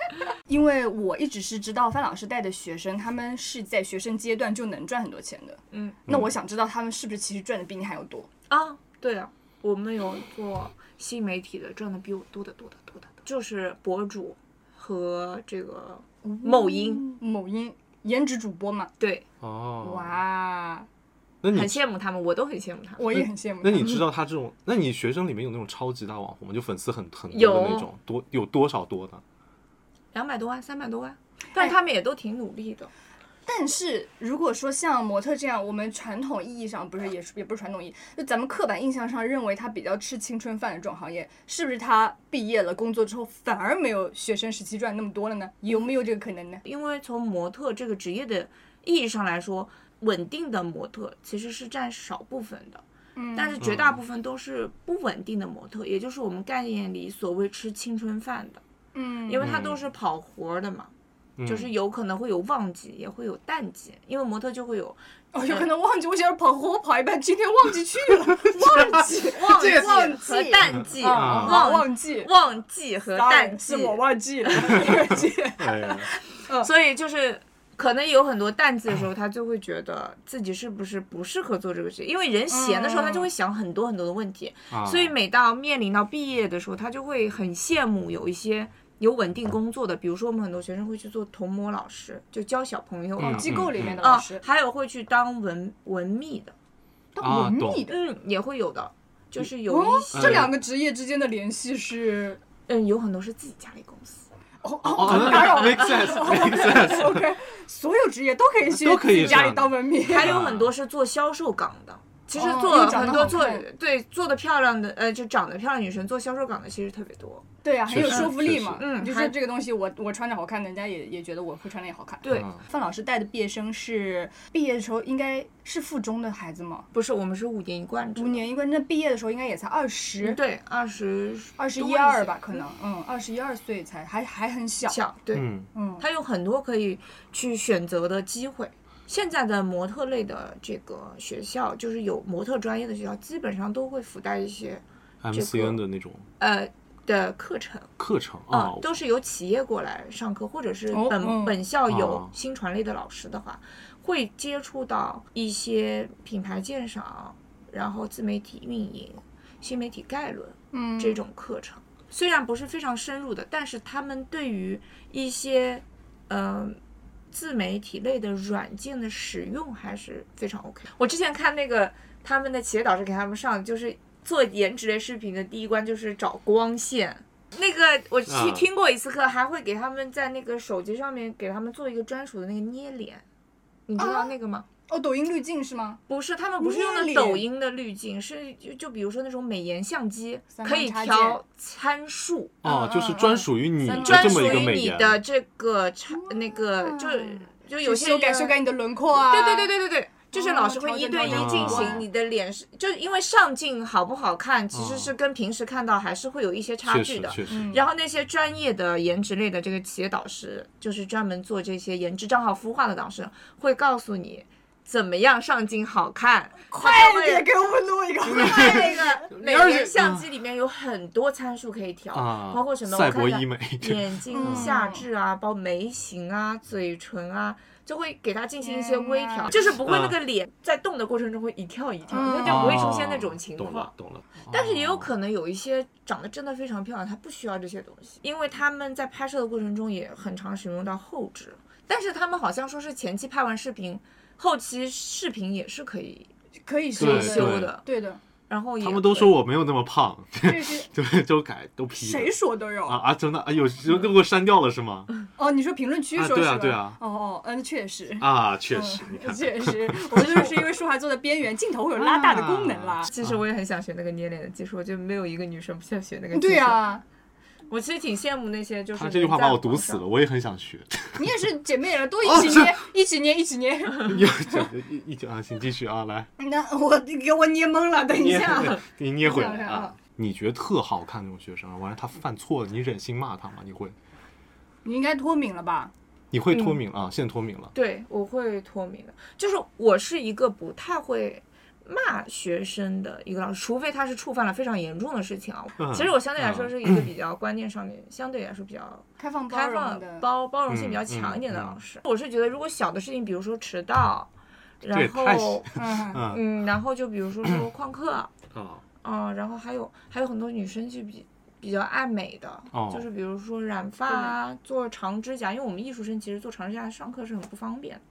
[SPEAKER 1] 因为我一直是知道范老师带的学生，他们是在学生阶段就能赚很多钱的。
[SPEAKER 2] 嗯，
[SPEAKER 1] 那我想知道他们是不是其实赚的比你还要多？
[SPEAKER 2] 啊，对啊，我们有做新媒体的，赚的比我多得多得多得多，就是博主和这个某音，
[SPEAKER 1] 某音颜值主播嘛，
[SPEAKER 2] 对，
[SPEAKER 3] 哦，，
[SPEAKER 1] 哇，
[SPEAKER 3] 那你
[SPEAKER 2] 很羡慕他们，我都很羡慕他们。
[SPEAKER 1] 我也很羡慕。
[SPEAKER 3] 那你知道他这种，那你学生里面有那种超级大网红吗？就粉丝很很多的
[SPEAKER 2] 有
[SPEAKER 3] 那种，多有多少多的？
[SPEAKER 2] 两百多万、三百多万，
[SPEAKER 1] 哎
[SPEAKER 2] 但他们也都挺努力的。
[SPEAKER 1] 但是如果说像模特这样，我们传统意义上不是也是也不是传统意义，就咱们刻板印象上认为他比较吃青春饭的这种行业，是不是他毕业了工作之后反而没有学生时期赚那么多了呢？有没有这个可能呢？
[SPEAKER 2] 因为从模特这个职业的意义上来说，稳定的模特其实是占少部分的，
[SPEAKER 1] 嗯
[SPEAKER 2] 但是绝大部分都是不稳定的模特，也就是我们概念里所谓吃青春饭的，
[SPEAKER 1] 嗯，
[SPEAKER 2] 因为它都是跑活儿的嘛，
[SPEAKER 3] 嗯、
[SPEAKER 2] 就是有可能会有旺季，也会有淡季，因为模特就会有
[SPEAKER 1] 哦，有可能忘记我想要跑活跑一半，今天忘记去了，忘记
[SPEAKER 2] 旺季
[SPEAKER 1] 旺
[SPEAKER 2] 和
[SPEAKER 1] 季
[SPEAKER 2] 淡季，
[SPEAKER 1] 啊，
[SPEAKER 2] 旺
[SPEAKER 1] 忘记
[SPEAKER 2] 旺季和淡季
[SPEAKER 1] 是，我忘记 了，
[SPEAKER 3] 哎呀
[SPEAKER 2] 所以就是可能有很多淡季的时候，他就会觉得自己是不是不适合做这个职业，因为人闲的时候，他就会想很多很多的问题，
[SPEAKER 3] 啊
[SPEAKER 2] 所以每到面临到毕业的时候，他就会很羡慕有一些。有稳定工作的，比如说我们很多学生会去做童模老师，就教小朋友的
[SPEAKER 3] 嗯
[SPEAKER 1] 机构里面的老
[SPEAKER 2] 啊
[SPEAKER 1] 师，，
[SPEAKER 2] 还有会去当文文秘的，
[SPEAKER 1] 当文
[SPEAKER 3] 懂
[SPEAKER 1] 秘的。
[SPEAKER 2] 嗯，也会有的，就是有
[SPEAKER 1] 哦
[SPEAKER 2] 一，些
[SPEAKER 1] 这两个职业之间的联系是
[SPEAKER 2] 嗯，有很多是自己家里公司。
[SPEAKER 1] 哦
[SPEAKER 3] 哦
[SPEAKER 1] 哦，打扰
[SPEAKER 3] 那
[SPEAKER 1] 了
[SPEAKER 3] make sense，make sense。
[SPEAKER 1] OK，所有职业都可以去
[SPEAKER 3] 都可以
[SPEAKER 1] 自己家
[SPEAKER 3] 上
[SPEAKER 1] 里当文凭。
[SPEAKER 2] 还有很多是做销售岗的。其实
[SPEAKER 1] 哦
[SPEAKER 2] 做
[SPEAKER 1] 因为长得
[SPEAKER 2] 很多
[SPEAKER 1] 好
[SPEAKER 2] 做
[SPEAKER 1] 看
[SPEAKER 2] 对做的漂亮的呃，就长得漂亮的女生做销售岗的其实特别多。
[SPEAKER 1] 对啊，很
[SPEAKER 3] 确
[SPEAKER 1] 有
[SPEAKER 3] 实
[SPEAKER 1] 说服力嘛。
[SPEAKER 2] 确实嗯
[SPEAKER 1] 你就
[SPEAKER 2] 还
[SPEAKER 1] 说这个东西我，我穿着好看，人家也也觉得我会穿着也好看。
[SPEAKER 2] 对，
[SPEAKER 3] 嗯
[SPEAKER 1] 范老师带的毕业生是毕业的时候应该是附中的孩子吗？
[SPEAKER 2] 不是我们是五年一贯制的，
[SPEAKER 1] 五年一贯，那毕业的时候应该也才二十、
[SPEAKER 2] 嗯对二十
[SPEAKER 1] 二十
[SPEAKER 2] 多
[SPEAKER 1] 一二
[SPEAKER 2] 些
[SPEAKER 1] 吧，可能嗯，二十一二岁才还还很小。
[SPEAKER 2] 小对，
[SPEAKER 3] 嗯，
[SPEAKER 1] 嗯，
[SPEAKER 2] 它有很多可以去选择的机会。现在的模特类的这个学校，就是有模特专业的学校，基本上都会附带一些
[SPEAKER 3] ，MCN 的那种
[SPEAKER 2] 呃的课程
[SPEAKER 3] 课程
[SPEAKER 2] 啊、
[SPEAKER 3] 啊，
[SPEAKER 2] 都是由企业过来上课，或者是
[SPEAKER 1] 哦
[SPEAKER 2] 本、
[SPEAKER 1] 嗯
[SPEAKER 2] 本校有
[SPEAKER 3] 啊
[SPEAKER 2] 新传类的老师的话，会接触到一些品牌鉴赏，然后自媒体运营、新媒体概论，
[SPEAKER 1] 嗯
[SPEAKER 2] 这种课程，虽然不是非常深入的，但是他们对于一些呃自媒体类的软件的使用还是非常 OK。我之前看那个他们的企业导师给他们上，就是做颜值类视频的第一关就是找光线。那个我去
[SPEAKER 3] 啊
[SPEAKER 2] 听过一次课，还会给他们在那个手机上面给他们做一个专属的那个捏脸，你知道那个吗？
[SPEAKER 1] 哦，抖音滤镜是吗？
[SPEAKER 2] 不是，他们不是用
[SPEAKER 1] 捏
[SPEAKER 2] 的
[SPEAKER 1] 脸
[SPEAKER 2] 抖音的滤镜，是就就比如说那种美颜相机
[SPEAKER 1] 三
[SPEAKER 2] 可
[SPEAKER 1] 观
[SPEAKER 2] 以
[SPEAKER 1] 插
[SPEAKER 2] 调参数，
[SPEAKER 3] 哦，就是专属于你的
[SPEAKER 1] 嗯嗯嗯
[SPEAKER 2] 专
[SPEAKER 3] 这
[SPEAKER 2] 属
[SPEAKER 3] 么一个
[SPEAKER 2] 于
[SPEAKER 3] 美
[SPEAKER 2] 你
[SPEAKER 3] 颜，
[SPEAKER 2] 的这个差那个就就有些
[SPEAKER 1] 修改
[SPEAKER 2] 人
[SPEAKER 1] 修改你的轮廓啊。哦
[SPEAKER 2] 对对对。对对对。就是老师会
[SPEAKER 1] 调整
[SPEAKER 2] 一
[SPEAKER 1] 调
[SPEAKER 2] 对一
[SPEAKER 3] 整
[SPEAKER 2] 进
[SPEAKER 3] 哦
[SPEAKER 2] 行你的脸是，就是因为上镜好不好看，其实是跟平时看到还是会有一些
[SPEAKER 3] 哦
[SPEAKER 2] 差
[SPEAKER 3] 确
[SPEAKER 2] 距
[SPEAKER 3] 实
[SPEAKER 2] 的。
[SPEAKER 3] 确实，
[SPEAKER 1] 嗯
[SPEAKER 2] 然后那些专业的颜值类的这个企业导师，就是专门做这些颜值账号孵化的导师，会告诉你怎么样上镜好看。快
[SPEAKER 1] 快哎点给我们弄一个！
[SPEAKER 2] 那个美颜相机里面有很多参数可以调，
[SPEAKER 3] 嗯啊
[SPEAKER 2] 包括什么
[SPEAKER 3] 赛
[SPEAKER 2] 我看
[SPEAKER 3] 博
[SPEAKER 2] 看
[SPEAKER 3] 医美
[SPEAKER 2] 眼睛下至
[SPEAKER 1] 嗯
[SPEAKER 2] 啊，包括眉形啊、嘴唇啊，就会给它进行一些微
[SPEAKER 1] 天
[SPEAKER 2] 调，
[SPEAKER 1] 哪
[SPEAKER 2] 就是不会那
[SPEAKER 3] 嗯
[SPEAKER 2] 个脸在动的过程中会一跳一跳，
[SPEAKER 1] 嗯
[SPEAKER 2] 就就不会出
[SPEAKER 3] 哦
[SPEAKER 2] 现那种情
[SPEAKER 3] 懂了
[SPEAKER 2] 况。
[SPEAKER 3] 懂了，哦
[SPEAKER 2] 但是也有可能有一些长得真的非常漂亮，她不需要这些东西，因为他们在拍摄的过程中也很常使用到后置，但是他们好像说是前期拍完视频，后期视频也是可以
[SPEAKER 1] 可以修
[SPEAKER 3] 对
[SPEAKER 2] 修
[SPEAKER 1] 的，
[SPEAKER 2] 的。
[SPEAKER 1] 对 的，
[SPEAKER 2] 然后也
[SPEAKER 3] 他们都
[SPEAKER 2] 会
[SPEAKER 3] 说我没有那么胖，
[SPEAKER 1] 这是
[SPEAKER 3] 对，都改都批了
[SPEAKER 1] 谁说的哟？
[SPEAKER 3] 啊啊，真的，哎呦，就给我删掉了是吗？
[SPEAKER 1] 哦，你说评论区
[SPEAKER 3] 啊
[SPEAKER 1] 说是
[SPEAKER 3] 对啊
[SPEAKER 1] 吧？
[SPEAKER 3] 对啊
[SPEAKER 1] 哦哦，嗯，确实。
[SPEAKER 3] 啊，确实，你 看
[SPEAKER 1] 嗯，确实， 我们就是因为舒华做的边缘，镜头会有拉大的功
[SPEAKER 3] 啊
[SPEAKER 1] 能啦。
[SPEAKER 2] 其实我也很想学那个捏脸的技术，我就没有一个女生不想学那个技术。
[SPEAKER 1] 对啊，
[SPEAKER 2] 我其实挺羡慕那些就是
[SPEAKER 3] 他这句话把我毒死了，。我也很想学。
[SPEAKER 1] 你也是姐妹了，都一
[SPEAKER 3] 哦
[SPEAKER 1] 起
[SPEAKER 3] 是
[SPEAKER 1] 捏，一起捏，一起 捏。
[SPEAKER 3] 又就一一啊，请继续啊，来，
[SPEAKER 1] 那我给我捏懵了，等一
[SPEAKER 3] 捏
[SPEAKER 1] 下。，
[SPEAKER 3] 你捏回
[SPEAKER 1] 我
[SPEAKER 3] 来
[SPEAKER 1] 想想
[SPEAKER 3] 啊
[SPEAKER 1] 啊。
[SPEAKER 3] 你觉得特好看那种学生，完了他犯错了，你忍心骂他吗？你会，
[SPEAKER 1] 你应该脱敏了吧？
[SPEAKER 3] 你会
[SPEAKER 2] 嗯
[SPEAKER 3] 脱敏啊？现在脱敏了，
[SPEAKER 2] 对，我会脱敏的，就是我是一个不太会骂学生的一个老师，除非他是触犯了非常严重的事情啊。
[SPEAKER 3] 嗯
[SPEAKER 2] 其实我相对来说是一个比较观念上面、相对来说比较
[SPEAKER 1] 开放包
[SPEAKER 2] 开
[SPEAKER 1] 容
[SPEAKER 2] 放
[SPEAKER 1] 的，
[SPEAKER 2] 包包容性
[SPEAKER 3] 嗯
[SPEAKER 2] 比较强一点的
[SPEAKER 3] 嗯
[SPEAKER 2] 老师，我是觉得如果小的事情，比如说迟到，
[SPEAKER 3] 也
[SPEAKER 2] 然
[SPEAKER 3] 太
[SPEAKER 2] 后
[SPEAKER 1] 嗯，
[SPEAKER 3] 嗯
[SPEAKER 2] 嗯，然后就比如说说旷课。
[SPEAKER 3] 啊，
[SPEAKER 2] 嗯，然后还有还有很多女生去比比较爱美的，
[SPEAKER 3] 哦
[SPEAKER 2] 就是比如说染发啊，做长指甲，因为我们艺术生其实做长指甲上课是很不方便的，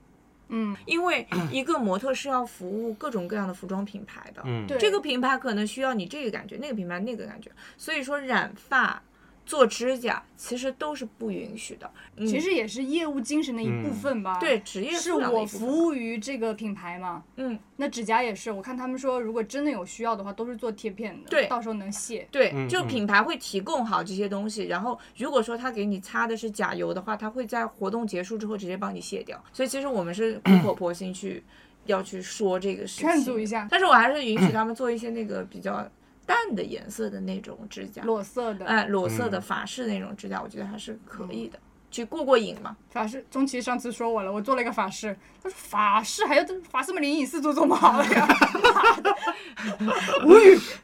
[SPEAKER 1] 嗯，
[SPEAKER 2] 因为一个模特是要服务各种各样的服装品牌的，
[SPEAKER 3] 嗯，
[SPEAKER 1] 对
[SPEAKER 2] 这个品牌可能需要你这个感觉，那个品牌那个感觉，所以说染发。做指甲其实都是不允许的，嗯、
[SPEAKER 1] 其实也是业务精神的一部
[SPEAKER 3] 嗯
[SPEAKER 1] 分吧。
[SPEAKER 2] 对，职业
[SPEAKER 1] 是
[SPEAKER 2] 素养的
[SPEAKER 1] 我
[SPEAKER 2] 一部分
[SPEAKER 1] 服务于这个品牌嘛。
[SPEAKER 2] 嗯，
[SPEAKER 1] 那指甲也是，我看他们说，如果真的有需要的话，都是做贴片的，
[SPEAKER 2] 对
[SPEAKER 1] 到时候能卸。
[SPEAKER 2] 对，
[SPEAKER 3] 嗯
[SPEAKER 2] 就
[SPEAKER 3] 嗯
[SPEAKER 2] 品牌会提供好这些东西，然后如果说他给你擦的是甲油的话，他会在活动结束之后直接帮你卸掉。所以其实我们是苦口婆心去 要去说这个事情，
[SPEAKER 1] 劝阻一下
[SPEAKER 2] 但是我还是 允许他们做一些那个比较淡的颜色的那种指甲，
[SPEAKER 1] 裸色的，
[SPEAKER 2] 哎，裸色的
[SPEAKER 3] 嗯
[SPEAKER 2] 法式那种指甲，我觉得还是可以
[SPEAKER 1] 嗯
[SPEAKER 2] 的，去过过瘾嘛。
[SPEAKER 1] 法式，钟琦上次说我了，我做了一个法式，他说法式还要法式嘛，灵隐寺都做不好 了呀，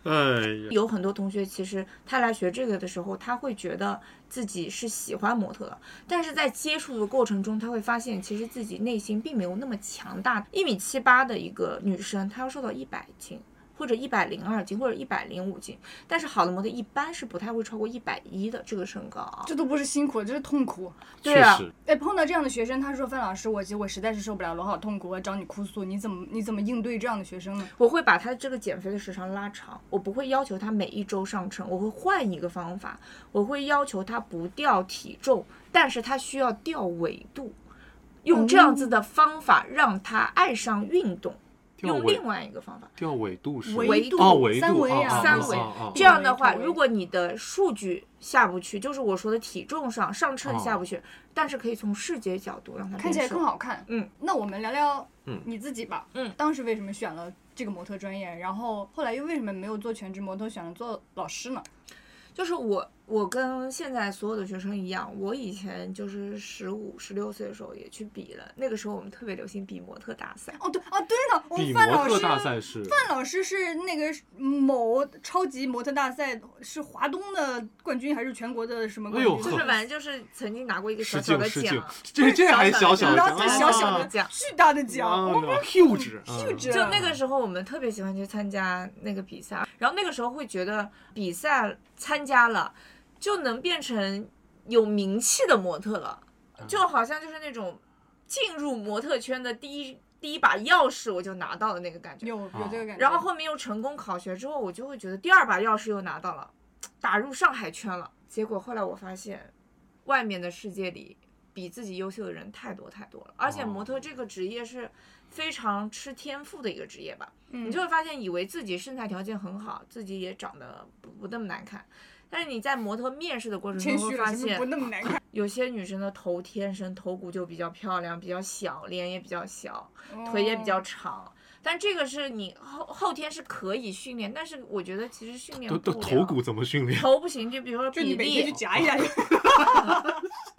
[SPEAKER 3] 哎呀，
[SPEAKER 2] 有很多同学其实他来学这个的时候，他会觉得自己是喜欢模特的，但是在接触的过程中，他会发现其实自己内心并没有那么强大。一米七八的一个女生，她要瘦到一百斤。或者一百零二斤，或者一百零五斤。但是好的模特一般是不太会超过一百一的这个身高啊。
[SPEAKER 1] 这都不是辛苦，这是痛苦。
[SPEAKER 2] 对啊
[SPEAKER 3] 确实，
[SPEAKER 1] 哎，碰到这样的学生，他说：“范老师，我我实在是受不了了，我好痛苦，我找你哭诉，你怎么你怎么应对这样的学生呢
[SPEAKER 2] 我会把他这个减肥的时长拉长，我不会要求他每一周上称，我会换一个方法，我会要求他不掉体重，但是他需要掉纬度，用这样子的方法让他爱上运动，
[SPEAKER 3] 哦掉
[SPEAKER 2] 用
[SPEAKER 3] 纬
[SPEAKER 2] 另外一个方法。
[SPEAKER 3] 掉纬度是
[SPEAKER 1] 维
[SPEAKER 2] 度
[SPEAKER 3] 哦，纬
[SPEAKER 1] 三
[SPEAKER 3] 度
[SPEAKER 1] 维啊
[SPEAKER 3] 啊，
[SPEAKER 2] 三
[SPEAKER 3] 维
[SPEAKER 2] 维
[SPEAKER 3] 啊，
[SPEAKER 2] 这样的
[SPEAKER 1] 对
[SPEAKER 2] 话，
[SPEAKER 1] 对
[SPEAKER 2] 如果你的数据下不去，就是我说的体重上上秤下
[SPEAKER 3] 哦
[SPEAKER 2] 不去，但是可以从视觉角度让他？”
[SPEAKER 1] 看起来更
[SPEAKER 2] 好。
[SPEAKER 1] 好看。
[SPEAKER 2] 嗯，
[SPEAKER 1] 那我们聊聊
[SPEAKER 3] 嗯
[SPEAKER 1] 你自己吧。
[SPEAKER 2] 嗯
[SPEAKER 1] 当时为什么选了这个模特专业？然后后来又为什么没有做全职模特，选了做老师呢？
[SPEAKER 2] 就是我，我跟现在所有的学生一样，我以前就是十五、十六岁的时候也去比了，那个时候我们特别流行比模特大 赛。
[SPEAKER 1] 哦，对，哦，对呢，我们
[SPEAKER 3] 比
[SPEAKER 1] 范
[SPEAKER 3] 模
[SPEAKER 1] 老
[SPEAKER 3] 特
[SPEAKER 1] 师，
[SPEAKER 3] 大
[SPEAKER 1] 范
[SPEAKER 3] 赛是
[SPEAKER 1] 老师是那个某超级模特大赛是华东的冠军还是全国的什么冠
[SPEAKER 3] 哎呦
[SPEAKER 1] 军？
[SPEAKER 2] 就
[SPEAKER 3] 呵
[SPEAKER 2] 是反正就是曾经拿过一个小
[SPEAKER 3] 失
[SPEAKER 2] 小
[SPEAKER 3] 敬
[SPEAKER 2] 的
[SPEAKER 3] 失敬
[SPEAKER 2] 奖，，
[SPEAKER 3] 这这还小
[SPEAKER 2] 小
[SPEAKER 3] 小
[SPEAKER 2] 的
[SPEAKER 1] 然
[SPEAKER 3] 的
[SPEAKER 1] 后再小小的
[SPEAKER 2] 啊奖
[SPEAKER 1] 巨大的奖，我们
[SPEAKER 3] huge 啊
[SPEAKER 1] huge
[SPEAKER 2] 就那个时候我们特别喜欢去参加那个比赛，然后那个时候会觉得比赛参加了就能变成有名气的模特了，就好像就是那种进入模特圈的第一第一把钥匙我就拿到了那个感觉。
[SPEAKER 1] 有有
[SPEAKER 3] 啊
[SPEAKER 1] 这个感觉。
[SPEAKER 2] 然后后面又成功考学之后，我就会觉得第二把钥匙又拿到了，打入上海圈了。结果后来我发现，外面的世界里比自己优秀的人太多太多了，而且模
[SPEAKER 1] 哦
[SPEAKER 2] 特这个职业是非常吃天赋的一个职业吧。
[SPEAKER 1] 你
[SPEAKER 2] 你就会发现，以为自己身材条件很好，自己也长得不不那么难看，但是你在模特面试的过程
[SPEAKER 1] 谦
[SPEAKER 2] 中会
[SPEAKER 1] 虚了，
[SPEAKER 2] 发
[SPEAKER 1] 是不是
[SPEAKER 2] 现
[SPEAKER 1] 不，那么难看？
[SPEAKER 2] 有些女生的头天生头骨就比较漂亮，比较小，脸也比较小，腿也比较
[SPEAKER 1] 哦
[SPEAKER 2] 长。但这个是你后后天是可以训练，但是我觉得其实训练
[SPEAKER 3] 都
[SPEAKER 2] 不
[SPEAKER 3] 都头
[SPEAKER 2] 了
[SPEAKER 3] 骨怎么训练
[SPEAKER 2] 头不行，就比如说
[SPEAKER 1] 就
[SPEAKER 2] 比
[SPEAKER 1] 你每天去
[SPEAKER 2] 例。
[SPEAKER 1] 夹 一下就。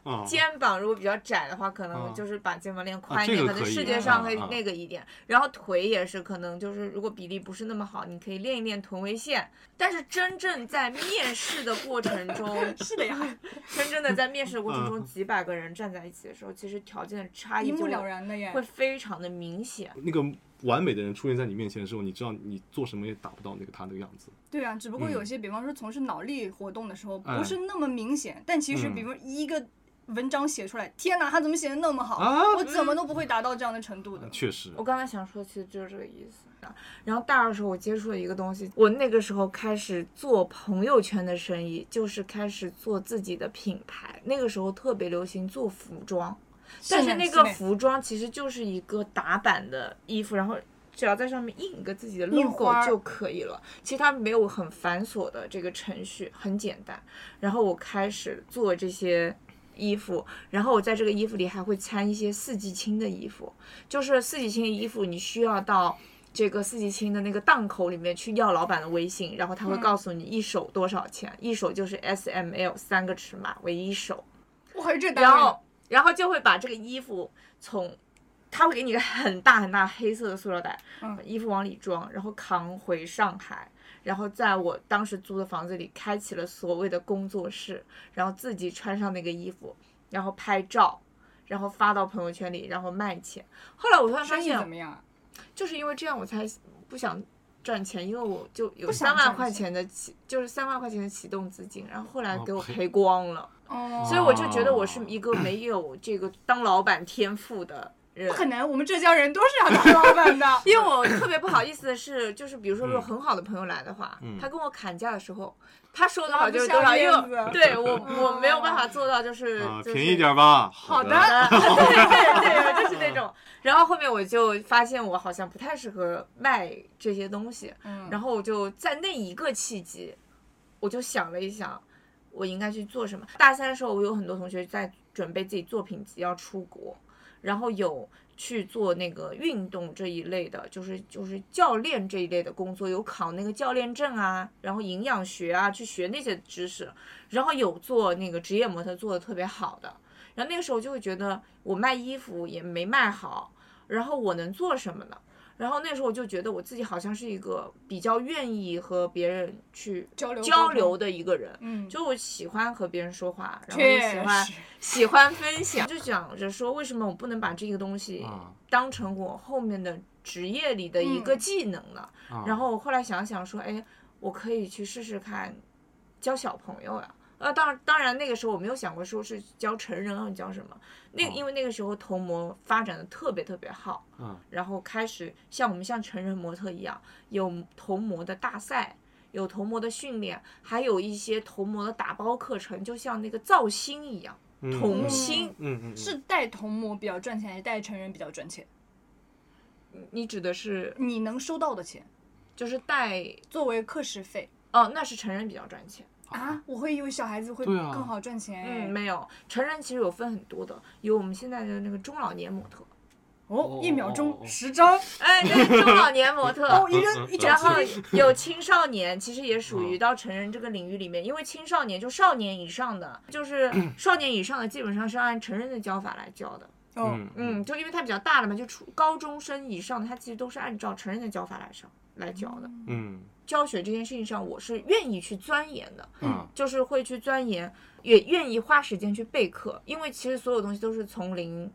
[SPEAKER 3] 啊？
[SPEAKER 2] 肩膀如果比较窄的话，可
[SPEAKER 3] 啊
[SPEAKER 2] 能就是把肩膀练宽一
[SPEAKER 3] 这
[SPEAKER 2] 点，
[SPEAKER 3] 个
[SPEAKER 2] 可能
[SPEAKER 3] 可以
[SPEAKER 2] 视觉上会
[SPEAKER 3] 啊啊
[SPEAKER 2] 那个一点。然后腿也是，可能就是如果比例不是那么好，你可以练一练臀围线。但是真正在面试的过程中，
[SPEAKER 1] 是的呀，
[SPEAKER 2] 真正的在面试的过程
[SPEAKER 3] 嗯
[SPEAKER 2] 中，几百个人站在一起的时候，其实条件的差异
[SPEAKER 1] 一
[SPEAKER 2] 就
[SPEAKER 1] 目
[SPEAKER 2] 会
[SPEAKER 1] 了然的耶
[SPEAKER 2] 会。非常的明显。
[SPEAKER 3] 那个完美的人出现在你面前的时候，你知道你做什么也达不到那个他那个样子。
[SPEAKER 1] 对啊，只不过有
[SPEAKER 3] 嗯
[SPEAKER 1] 些，比方说从事脑力活动的时候，
[SPEAKER 3] 哎
[SPEAKER 1] 不是那么明显，但其实，
[SPEAKER 3] 嗯
[SPEAKER 1] 比如一个文章写出来，天哪，他怎么写的那么好？
[SPEAKER 3] 啊嗯
[SPEAKER 1] 我怎么都不会达到这样的程度的。
[SPEAKER 3] 确实
[SPEAKER 2] 我，刚才想说，其实就是这个意思。啊然后大二的时候，我接触了一个东西，我那个时候开始做朋友圈的生意，就是开始做自己的品牌。那个时候特别流行做服装，但是
[SPEAKER 1] 呢
[SPEAKER 2] 那
[SPEAKER 1] 是
[SPEAKER 2] 个
[SPEAKER 1] 呢
[SPEAKER 2] 服装其实就是一个打版的衣服，然后只要在上面印一个自己的
[SPEAKER 1] 印
[SPEAKER 2] logo
[SPEAKER 1] 花儿
[SPEAKER 2] 就可以了。其实它没有很繁琐的这个程序，很简单。然后我开始做这些衣服，然后我在这个衣服里还会掺一些四季青的衣服，就是四季青的衣服你需要到。这个四季青的那个档口里面去要老板的微信，然后他会
[SPEAKER 1] 嗯
[SPEAKER 2] 告诉你一手多少钱，一手就是 S M L 三个尺码为一手，
[SPEAKER 1] 我还有这
[SPEAKER 2] 然
[SPEAKER 1] 单位
[SPEAKER 2] 后然后就会把这个衣服从，他会给你一个很大很大黑色的塑料袋，
[SPEAKER 1] 嗯
[SPEAKER 2] 衣服往里装，然后扛回上海。然后在我当时租的房子里开启了所谓的工作室，然后自己穿上那个衣服，然后拍照，然后发到朋友圈里，然后卖钱。后来我突然发
[SPEAKER 1] 生意怎
[SPEAKER 2] 现，
[SPEAKER 1] 么样啊？
[SPEAKER 2] 就是因为这样我才不想赚钱，因为我就有
[SPEAKER 1] 不想
[SPEAKER 2] 三万
[SPEAKER 1] 赚
[SPEAKER 2] 块
[SPEAKER 1] 钱
[SPEAKER 2] 钱的启，就是三万块钱的启动资金，然后后来
[SPEAKER 3] 哦
[SPEAKER 2] 给我
[SPEAKER 3] 赔
[SPEAKER 2] 赔光了。
[SPEAKER 1] 哦，
[SPEAKER 2] 所以我就觉得我是
[SPEAKER 3] 哦
[SPEAKER 2] 一个没有这个当老板天赋的人。
[SPEAKER 1] 不。可能，我们浙江人都是要当老板的
[SPEAKER 2] 因为我特别不好意思的是，就是比如说，如果
[SPEAKER 3] 嗯
[SPEAKER 2] 很好的朋友来的话，
[SPEAKER 3] 嗯
[SPEAKER 2] 他跟我砍价的时候，他说多
[SPEAKER 1] 拉
[SPEAKER 2] 少
[SPEAKER 1] 不
[SPEAKER 2] 就是
[SPEAKER 1] 下
[SPEAKER 2] 多少，因
[SPEAKER 1] 面
[SPEAKER 2] 为
[SPEAKER 1] 子
[SPEAKER 2] 对我我没有办法做到，就是
[SPEAKER 3] 啊，
[SPEAKER 2] 就是
[SPEAKER 3] 便 宜点儿吧。好
[SPEAKER 1] 好
[SPEAKER 3] 的，
[SPEAKER 1] 的，
[SPEAKER 2] 对对对，就是那 种。然后后面我就发现我好像不太适合卖这些东西，
[SPEAKER 1] 嗯，
[SPEAKER 2] 然后我就在那一个契机，我就想了一想，我应该去做什么。大三的时候，我有很多同学在准备自己作品集要出国，然后有去做那个运动这一类的，就是就是教练这一类的工作，有考那个教练证啊，然后营养学啊，去学那些知识，然后有做那个职业模特做的特别好的。然后那个时候就会觉得我卖衣服也没卖好，然后我能做什么呢？然后那时候我就觉得我自己好像是一个比较愿意和别人去
[SPEAKER 1] 交流
[SPEAKER 2] 交
[SPEAKER 1] 沟
[SPEAKER 2] 流
[SPEAKER 1] 通，
[SPEAKER 2] 的一个人，
[SPEAKER 1] 嗯，
[SPEAKER 2] 就我喜欢和别人说话，然后也喜
[SPEAKER 1] 确
[SPEAKER 2] 欢
[SPEAKER 1] 实，
[SPEAKER 2] 喜欢分享，就想着说为什么我不能把这个东西
[SPEAKER 3] 啊
[SPEAKER 2] 当成我后面的职业里的
[SPEAKER 1] 嗯
[SPEAKER 2] 一个技能了。
[SPEAKER 3] 啊
[SPEAKER 2] 然后我后来想想说，哎，我可以去试试看教小朋友呀、啊。当然，当然那个时候我没有想过说是教成人啊，教什么？那
[SPEAKER 3] 哦
[SPEAKER 2] 因为那个时候童模发展的特别特别好，
[SPEAKER 3] 嗯，
[SPEAKER 2] 然后开始像我们像成人模特一样，有童模的大赛，有童模的训练，还有一些童模的打包课程，就像那个造星一样，
[SPEAKER 3] 嗯
[SPEAKER 2] 童
[SPEAKER 3] 嗯
[SPEAKER 2] 星。
[SPEAKER 3] 嗯嗯
[SPEAKER 1] 是带童模比较赚钱，还是带成人比较赚钱？
[SPEAKER 2] 你指的是
[SPEAKER 1] 你能收到的钱
[SPEAKER 2] 就是带
[SPEAKER 1] 作为课时费
[SPEAKER 2] 哦，那是成人比较赚钱。
[SPEAKER 1] 啊？我会以为小孩子会
[SPEAKER 3] 对啊
[SPEAKER 1] 更好赚钱哎、
[SPEAKER 2] 嗯，没有，成人其实有分很多的，有我们现在的那个中老年模特，
[SPEAKER 1] 哦，一秒
[SPEAKER 3] 哦哦
[SPEAKER 1] 钟
[SPEAKER 3] 哦
[SPEAKER 1] 十 张，
[SPEAKER 2] 哎，对，中老年模特。
[SPEAKER 1] 哦，一扔一张
[SPEAKER 2] 然后有青少年，其实也属于到成人这个领域里面，因为青少年就少年以上的，就是少年以上的基本上是按成人的教法来教的，
[SPEAKER 1] 哦，
[SPEAKER 3] 嗯
[SPEAKER 2] 嗯，就因为他比较大了嘛，就初高中生以上的，他其实都是按照成人的教法来上来教的。
[SPEAKER 3] 嗯
[SPEAKER 2] 教学这件事情上，我是愿意去钻研的，
[SPEAKER 3] 嗯
[SPEAKER 2] 就是会去钻研，也愿意花时间去备课，因为其实所有东西都是从零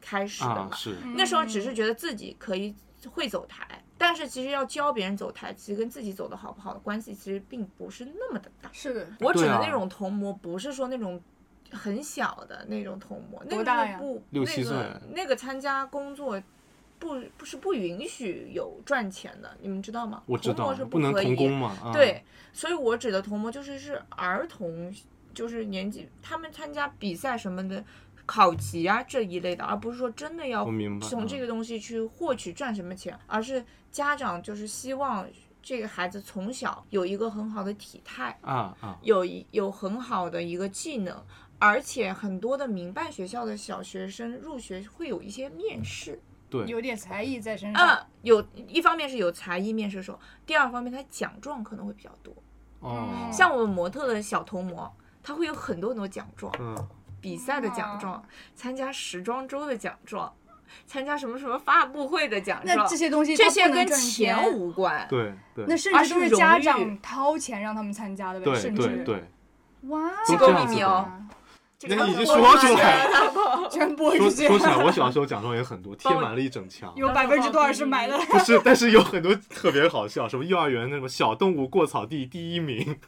[SPEAKER 2] 开始的
[SPEAKER 3] 啊
[SPEAKER 2] 嘛。
[SPEAKER 3] 是
[SPEAKER 1] 嗯
[SPEAKER 2] 那时候只是觉得自己可以会走台，但是其实要教别人走台，其实跟自己走的好不好的关系其实并不是那么的大。
[SPEAKER 1] 是的，
[SPEAKER 2] 我指
[SPEAKER 3] 对
[SPEAKER 2] 的
[SPEAKER 3] 啊
[SPEAKER 2] 那种童模，不是说那种很小的那种童模，那
[SPEAKER 1] 多
[SPEAKER 2] 个
[SPEAKER 1] 大
[SPEAKER 2] 是
[SPEAKER 1] 呀
[SPEAKER 2] 不
[SPEAKER 3] 六
[SPEAKER 2] 那
[SPEAKER 3] 七
[SPEAKER 2] 个
[SPEAKER 3] 岁
[SPEAKER 2] 那个参加工作。不不是不允许有赚钱的，你们知道吗？
[SPEAKER 3] 我知
[SPEAKER 2] 童模
[SPEAKER 3] 道
[SPEAKER 2] 是
[SPEAKER 3] 不能
[SPEAKER 2] 可以
[SPEAKER 3] 童工嘛，啊
[SPEAKER 2] 对，所以我指的童模就是是儿童，就是年纪他们参加比赛什么的，考级啊这一类的，而不是说真的要
[SPEAKER 3] 我明白
[SPEAKER 2] 从
[SPEAKER 3] 嗯
[SPEAKER 2] 这个东西去获取赚什么钱，而是家长就是希望这个孩子从小有一个很好的体态，
[SPEAKER 3] 啊啊
[SPEAKER 2] 有一有很好的一个技能。而且很多的民办学校的小学生入学会有一些面试，
[SPEAKER 3] 对
[SPEAKER 1] 有点才艺在身上，
[SPEAKER 2] 嗯，有一方面是有才艺面试手，第二方面他奖状可能会比较多，
[SPEAKER 1] 嗯
[SPEAKER 3] 哦
[SPEAKER 2] 像我们模特的小童模，他会有很多很多奖状，
[SPEAKER 3] 嗯
[SPEAKER 2] 比赛的奖
[SPEAKER 1] 哦
[SPEAKER 2] 状，参加时装周的奖状，参加什么什么发布会的奖
[SPEAKER 1] 那
[SPEAKER 2] 状
[SPEAKER 1] 这，些东西
[SPEAKER 2] 这
[SPEAKER 1] 它
[SPEAKER 2] 些
[SPEAKER 1] 不能
[SPEAKER 2] 跟
[SPEAKER 1] 赚
[SPEAKER 2] 钱
[SPEAKER 1] 钱，
[SPEAKER 2] 无关。
[SPEAKER 3] 对对
[SPEAKER 1] 那
[SPEAKER 3] 对
[SPEAKER 1] 甚
[SPEAKER 2] 而
[SPEAKER 1] 至
[SPEAKER 2] 是
[SPEAKER 1] 都是
[SPEAKER 2] 荣
[SPEAKER 1] 家
[SPEAKER 2] 誉
[SPEAKER 1] 长掏钱让他们参加的呗，甚
[SPEAKER 3] 对
[SPEAKER 1] 至
[SPEAKER 3] 对，
[SPEAKER 1] 哇，
[SPEAKER 3] 都
[SPEAKER 2] 机构
[SPEAKER 3] 这样
[SPEAKER 2] 秘
[SPEAKER 3] 子
[SPEAKER 2] 密
[SPEAKER 3] 的
[SPEAKER 2] 哦，这个
[SPEAKER 3] 那
[SPEAKER 2] 都
[SPEAKER 3] 已
[SPEAKER 2] 是
[SPEAKER 3] 经
[SPEAKER 2] 我
[SPEAKER 3] 说
[SPEAKER 2] 发
[SPEAKER 3] 出
[SPEAKER 2] 现
[SPEAKER 3] 来
[SPEAKER 2] 的
[SPEAKER 1] 全播
[SPEAKER 3] 说
[SPEAKER 1] 出
[SPEAKER 3] 起
[SPEAKER 1] 去，
[SPEAKER 3] 说起来，我小时候奖状也很多，贴
[SPEAKER 2] 我
[SPEAKER 3] 满了一整墙。
[SPEAKER 1] 有百分之多少是买的？
[SPEAKER 3] 不是，但是有很多特别好笑，什么幼儿园那什么小动物过草地第一名，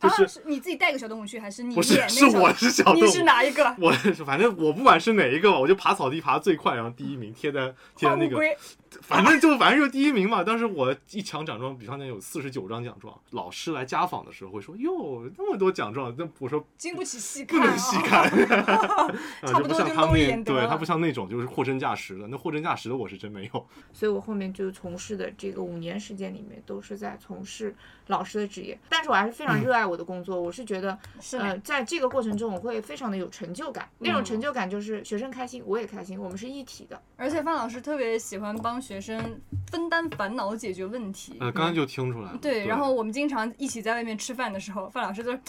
[SPEAKER 3] 就是、
[SPEAKER 1] 啊、你自己带个小动物去，还是你
[SPEAKER 3] 不是
[SPEAKER 1] 演那
[SPEAKER 3] 是
[SPEAKER 1] 个小
[SPEAKER 3] 我是小动物，
[SPEAKER 1] 你是哪一 个？
[SPEAKER 3] 我是反正我不管是哪一个吧，我就爬草地爬最快，然后第一名贴在贴在
[SPEAKER 1] 花
[SPEAKER 3] 啊那
[SPEAKER 1] 乌
[SPEAKER 3] 个，
[SPEAKER 1] 龟
[SPEAKER 3] 反正就反正就第一名嘛。当时我一抢奖状，比当年有四十九张奖状。老师来家访的时候会说：“哟，那么多奖状。”那我说
[SPEAKER 1] 经不起细
[SPEAKER 3] 不
[SPEAKER 1] 看、啊，
[SPEAKER 3] 能细看，啊，
[SPEAKER 1] 差
[SPEAKER 3] 就
[SPEAKER 1] 不
[SPEAKER 3] 不
[SPEAKER 1] 多
[SPEAKER 3] 像
[SPEAKER 1] 就
[SPEAKER 3] 他
[SPEAKER 1] 露
[SPEAKER 3] 们那
[SPEAKER 1] 眼得
[SPEAKER 3] 对
[SPEAKER 1] 了
[SPEAKER 3] 他不像那种就是货真价实的。那货真价实的我是真没有。
[SPEAKER 2] 所以我后面就从事的这个五年时间里面，都是在从事老师的职业。但是我还是非
[SPEAKER 3] 嗯
[SPEAKER 2] 常热爱我的工作，我是觉得
[SPEAKER 1] 是
[SPEAKER 2] 呃
[SPEAKER 1] 的，，
[SPEAKER 2] 在这个过程中，我会非常的有成就感，
[SPEAKER 3] 嗯
[SPEAKER 2] 那种成就感就是学生开心，我也开心，我们是一体的。
[SPEAKER 1] 而且范老师特别喜欢帮学生分担烦恼、解决问题。
[SPEAKER 3] 呃，刚刚就听出来了。
[SPEAKER 1] 对，然后我们经常一起在外面吃饭的时候，范老师就是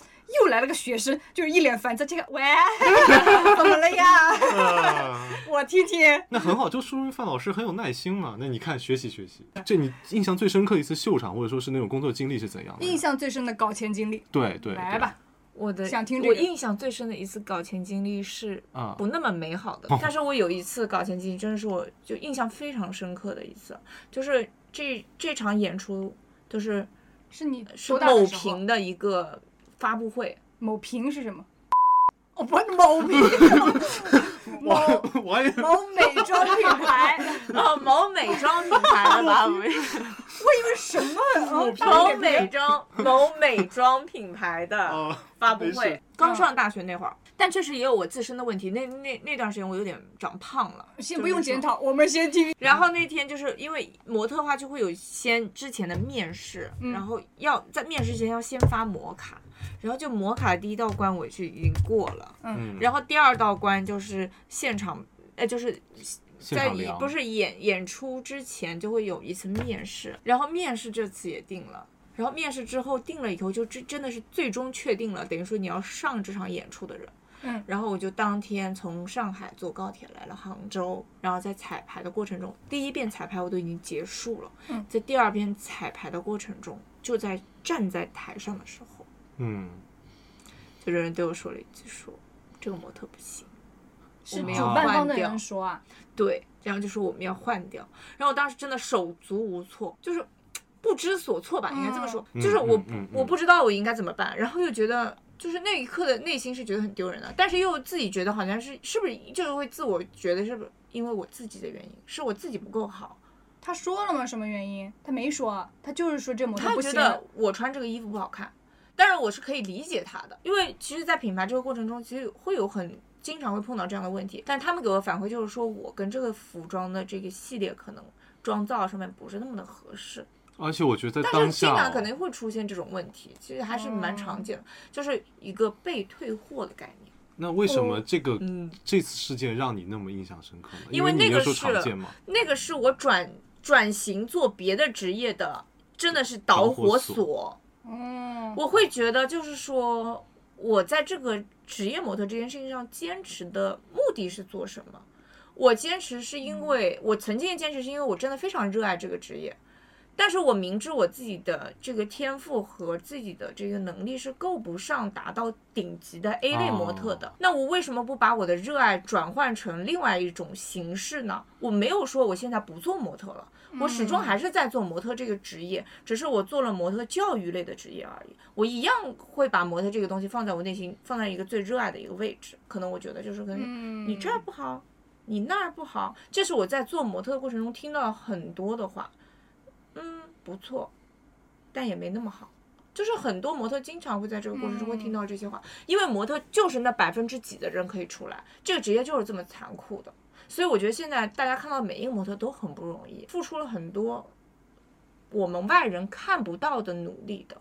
[SPEAKER 1] 又来了个学生，就是一脸烦躁，这个 喂， 怎么了呀？
[SPEAKER 3] 啊
[SPEAKER 1] 我听听。
[SPEAKER 3] 那很好，就说明范老师很有耐心嘛。那你看，学习学习，这你印象最深刻一次秀场，或者说是那种工作经历是怎样的？
[SPEAKER 1] 印象最深的搞钱经历，
[SPEAKER 3] 对对，
[SPEAKER 1] 来
[SPEAKER 3] 对
[SPEAKER 1] 吧，
[SPEAKER 2] 我的
[SPEAKER 1] 想听这
[SPEAKER 2] 我
[SPEAKER 1] 个
[SPEAKER 2] 印象最深的一次搞钱经历是
[SPEAKER 3] 啊哦
[SPEAKER 2] 不那么美好的，但是我有一次搞钱经历真的是我就印象非常深刻的一次，就是这这场演出就是
[SPEAKER 1] 是你
[SPEAKER 2] 是
[SPEAKER 1] 多大的
[SPEAKER 2] 某
[SPEAKER 1] 时候啊
[SPEAKER 2] 平的一个发布会，
[SPEAKER 1] 某平是什么？ 哦，不，某平，某
[SPEAKER 3] 我我也
[SPEAKER 1] 某美妆品牌，
[SPEAKER 2] 哦，某美妆品牌的发布 会，
[SPEAKER 1] 这什么？哦
[SPEAKER 2] 某美妆某美妆品牌的。
[SPEAKER 3] 啊，
[SPEAKER 2] 发布
[SPEAKER 3] 没
[SPEAKER 2] 会
[SPEAKER 3] 事。
[SPEAKER 1] 嗯
[SPEAKER 2] 刚上大学那会儿，但确实也有我自身的问题。那那那段时间我有点长胖了，
[SPEAKER 1] 先不用检
[SPEAKER 2] 讨。
[SPEAKER 1] 讨，我们先听。
[SPEAKER 2] 然后那天就是因为模特的话就会有先之前的面试，
[SPEAKER 1] 嗯
[SPEAKER 2] 然后要在面试之前要先发模卡，然后就模卡第一道关我就已经过了，
[SPEAKER 3] 嗯，
[SPEAKER 2] 然后第二道关就是现场，呃，就是
[SPEAKER 3] 现
[SPEAKER 2] 在
[SPEAKER 3] 场
[SPEAKER 2] 演
[SPEAKER 3] 聊
[SPEAKER 2] 不是演演出之前就会有一次面试，然后面试这次也定了，然后面试之后定了以后就真真的是最终确定了，等于说你要上这场演出的人。
[SPEAKER 1] 嗯，
[SPEAKER 2] 然后我就当天从上海坐高铁来了杭州，然后在彩排的过程中，第一遍彩排我都已经结束了，
[SPEAKER 1] 嗯
[SPEAKER 2] 在第二遍彩排的过程中，就在站在台上的时候，
[SPEAKER 3] 嗯，
[SPEAKER 2] 就有人对我说了一句说这个模特不行。
[SPEAKER 1] 是
[SPEAKER 2] 没
[SPEAKER 1] 主
[SPEAKER 2] 有
[SPEAKER 1] 办方
[SPEAKER 2] 换
[SPEAKER 1] 的
[SPEAKER 2] 掉
[SPEAKER 1] 人。说啊，
[SPEAKER 2] 对，然后就是我们要换掉。然后我当时真的手足无措，就是不知所措吧，应该这么说，
[SPEAKER 3] 嗯
[SPEAKER 2] 就是我、
[SPEAKER 3] 嗯嗯嗯
[SPEAKER 2] 我不知道我应该怎么办，然后又觉得。就是那一刻的内心是觉得很丢人的，但是又自己觉得好像是是不是就是会自我觉得是不是因为我自己的原因，是我自己不够好，
[SPEAKER 1] 他说了吗？什么原因？他没说，啊他就是说这模特
[SPEAKER 2] 他
[SPEAKER 1] 不
[SPEAKER 2] 觉
[SPEAKER 1] 行。
[SPEAKER 2] 得我穿这个衣服不好看，但是我是可以理解他的，因为其实，在品牌这个过程中，其实会有很经常会碰到这样的问题。但他们给我反馈就是说我跟这个服装的这个系列可能妆造上面不是那么的合适，
[SPEAKER 3] 而且我觉得在
[SPEAKER 2] 但
[SPEAKER 3] 当
[SPEAKER 2] 是经
[SPEAKER 3] 下
[SPEAKER 2] 常
[SPEAKER 3] 哦，
[SPEAKER 2] 可能会出现这种问题，其实还是蛮常
[SPEAKER 1] 哦
[SPEAKER 2] 见的，就是一个被退货的概念。
[SPEAKER 3] 那为什么这个
[SPEAKER 2] 嗯，
[SPEAKER 3] 这次事件让你那么印象深刻呢？
[SPEAKER 2] 因为
[SPEAKER 3] 为
[SPEAKER 2] 那
[SPEAKER 3] 你
[SPEAKER 2] 个
[SPEAKER 3] 那时候
[SPEAKER 2] 是
[SPEAKER 3] 常见嘛，
[SPEAKER 2] 那个是我转转型做别的职业的，真的是导
[SPEAKER 3] 导火
[SPEAKER 2] 火
[SPEAKER 3] 索
[SPEAKER 2] 索
[SPEAKER 1] 嗯，
[SPEAKER 2] 我会觉得就是说，我在这个职业模特这件事情上坚持的目的是做什么？我坚持是因为我曾经的坚持是因为我真的非常热爱这个职业，但是我明知我自己的这个天赋和自己的这个能力是够不上达到顶级的 A 类模特的，
[SPEAKER 3] 哦
[SPEAKER 2] 那我为什么不把我的热爱转换成另外一种形式呢？我没有说我现在不做模特了，我始终还是在做模特这个职业，只是我做了模特教育类的职业而已。我一样会把模特这个东西放在我内心，放在一个最热爱的一个位置。可能我觉得就是可能
[SPEAKER 1] 嗯，
[SPEAKER 2] 你这儿不好，你那儿不好，这是我在做模特的过程中听到很多的话。嗯，不错，但也没那么好。就是很多模特经常会在这个过程中会听到这些话，因为模特就是那百分之几的人可以出来，这个职业就是这么残酷的。所以我觉得现在大家看到每一个模特都很不容易，付出了很多我们外人看不到的努力的，